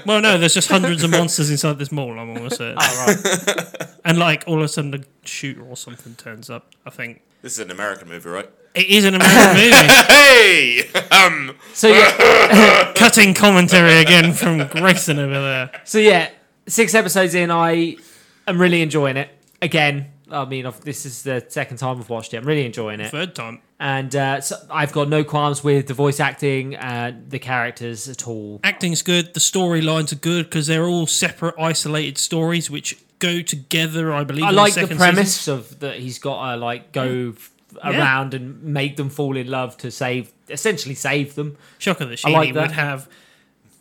Well, no, there's just hundreds of monsters inside this mall. I'm almost certain. <laughs> And like all of a sudden, a shooter or something turns up. I think
<laughs> This is an American movie, right?
it is an American movie.
Hey! <laughs> Um,
So yeah,
Cutting commentary again from Grayson over there.
so yeah, six episodes in, I am really enjoying it. Again, I mean, I've, this is the second time I've watched it. I'm really enjoying it,
Third time.
and uh, so I've got no qualms with the voice acting and the characters at all.
acting's good the storylines are good because they're all separate isolated stories which go together i believe
I
in
like the
second
premise
season.
of that he's got to like go f-
Yeah.
around and make them fall in love to save, essentially save them.
shocker that
I
she
like that.
would have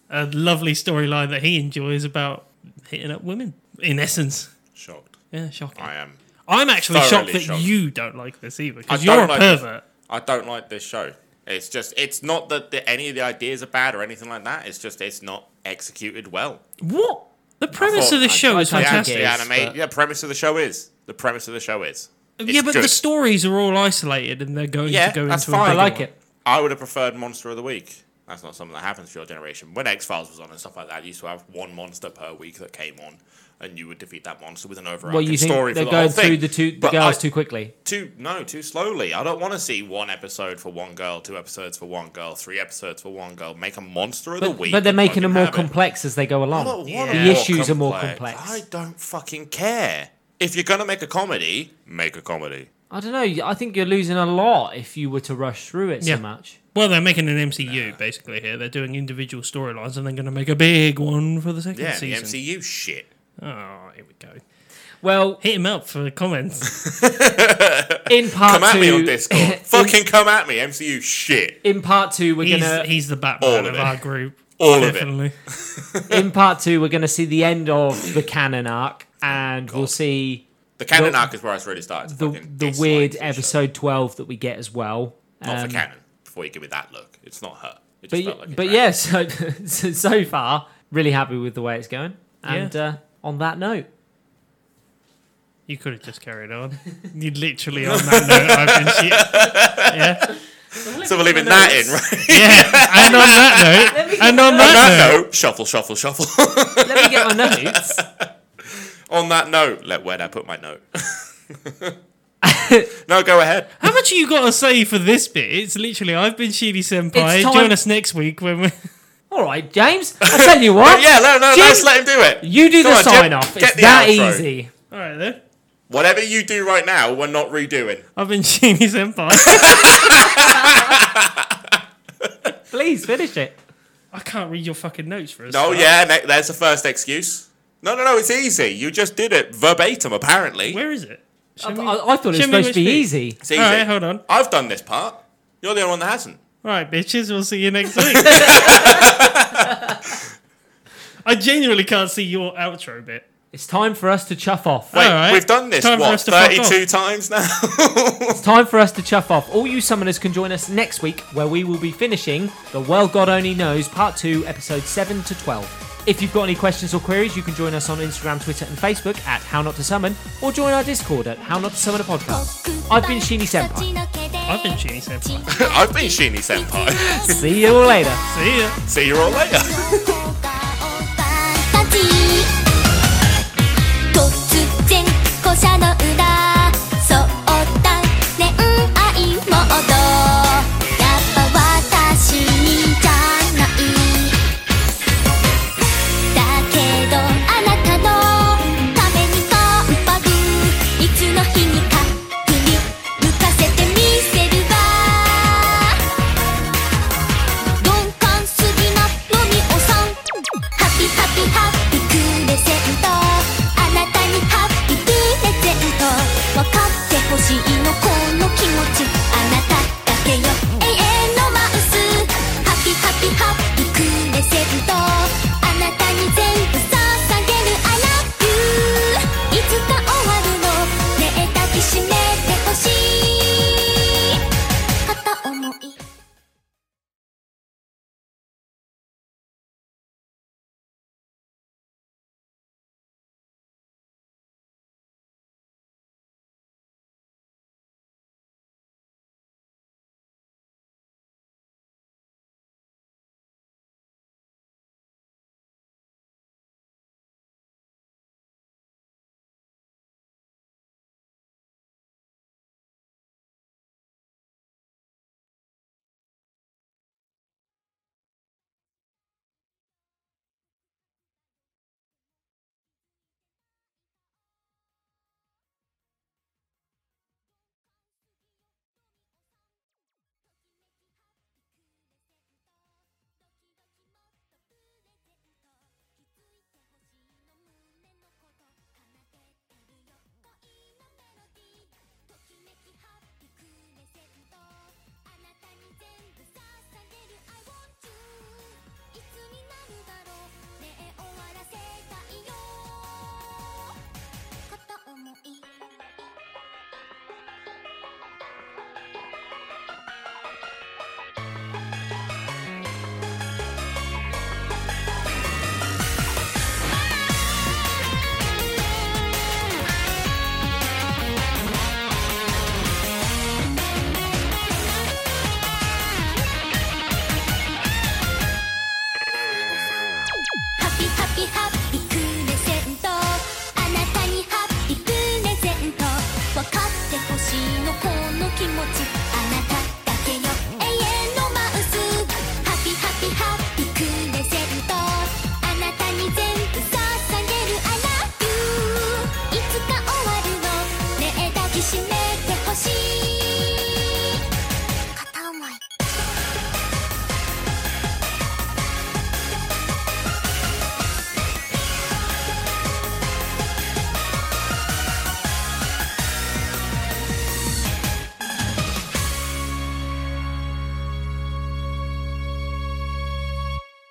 a lovely storyline that he enjoys about hitting up women in essence
shocked.
yeah shocking
I am.
i'm actually
thoroughly
shocked that
shocked.
you don't like this either
I
because you're a
don't like this.
pervert
I don't like this show. It's just, it's not that the, any of the ideas are bad or anything like that. It's just, it's not executed well.
what the premise
thought-
of this
I-
show
I
is
don't think
fantastic
it
The
is,
anime,
but-
yeah, premise of the show is. The premise of the show is. It's
yeah but the
good.
stories are all isolated and they're going
Yeah,
to go
that's
into a
fine.
I
bigger
like
one.
it.
I would have preferred Monster of the Week. That's not something that happens for your generation. When X Files was on and stuff like that, you used to have one monster per week that came on, and you would defeat that monster with an overarching
Well, you think
story
they're
for the
going
whole thing.
through the two the
But
girls
I-
too quickly?
too no too slowly. I don't want to see one episode for one girl, two episodes for one girl, three episodes for one girl. Make a monster of the
But,
week.
but they're
and
making them
fucking
more
have it.
complex as they go
I don't
along.
want
The
it
issues are more
I
complex.
don't fucking care. If you're gonna make a comedy, make a comedy.
I don't know. I think you're losing a lot if you were to rush through it
Yeah.
so much.
well, they're making an MCU basically here. They're doing individual storylines and they're going to make a big one for the second
Yeah, the
season.
MCU shit.
Oh, here we go.
Well,
Hit him up for comments.
in part
Come at
two,
me
<laughs>
on Discord. fucking come at me, MCU shit.
in part two, <laughs> we're
he's,
gonna
he's the
All
Batman
of
of,
it.
our group.
All of it.
Definitely.
in part two we're gonna see the end of the canon arc, and we'll see
The canon
The-
arc is where I really started. to
the
fucking
the
dislike
weird
this show.
episode twelve that we get as well.
Not
Um,
for canon. Before you give me that look, it's not her. It
But
just felt like it
but
ran.
yeah, so, <laughs> so so far, really happy with the way it's going. And
Yeah.
uh, on that note,
You could have just carried on. You literally on that note, I've
<laughs>
been shit. Yeah,
So we're leaving that in, right?
yeah. And on that note, and on
<laughs>
that note,
No, shuffle, shuffle, shuffle.
let me <laughs> get my notes.
On that note, let where I put my
<laughs>
note. no, go ahead.
how much you got to say for this bit? It's literally I've been Shidi
It's
Senpai.
time-
Join us next week when we.
All right, James.
<laughs>
I tell you what.
Yeah, no, no,
Jim,
let's let him do it.
You do
Come
the
on, Jim,
sign off.
get
It's
the
that
outro.
easy.
All right then.
Whatever you do right now, we're not redoing.
I've been
<laughs>
Shidi Senpai.
Please finish it.
I can't read your fucking notes for us.
No, yeah, ne- that's the first excuse. No, no, no, it's easy. You just did it verbatim, apparently.
Where is it?
I,
Show me-
I, I thought it was
show me
supposed to
which
be
bit.
easy.
It's easy.
All right, hold on.
I've done this part. You're the only one that hasn't.
All right, bitches, we'll see you next week. I genuinely can't see your outro bit.
It's time for us to chuff off.
Wait,
All right.
we've done this,
Time for
what,
us to fuck
32 times now? <laughs>
It's time for us to chuff off. All you summoners can join us next week, where we will be finishing The Well God Only Knows, Part 2, Episodes 7 to 12. If you've got any questions or queries, you can join us on Instagram, Twitter, and Facebook at How Not to Summon, or join our Discord at How Not to Summon a Podcast. I've been Shini Senpai.
I've
I've been cheating senpai.
<laughs> I've been Sheeny Senpai.
<laughs> See you all later.
<laughs> See ya.
See you all later.
Senpai.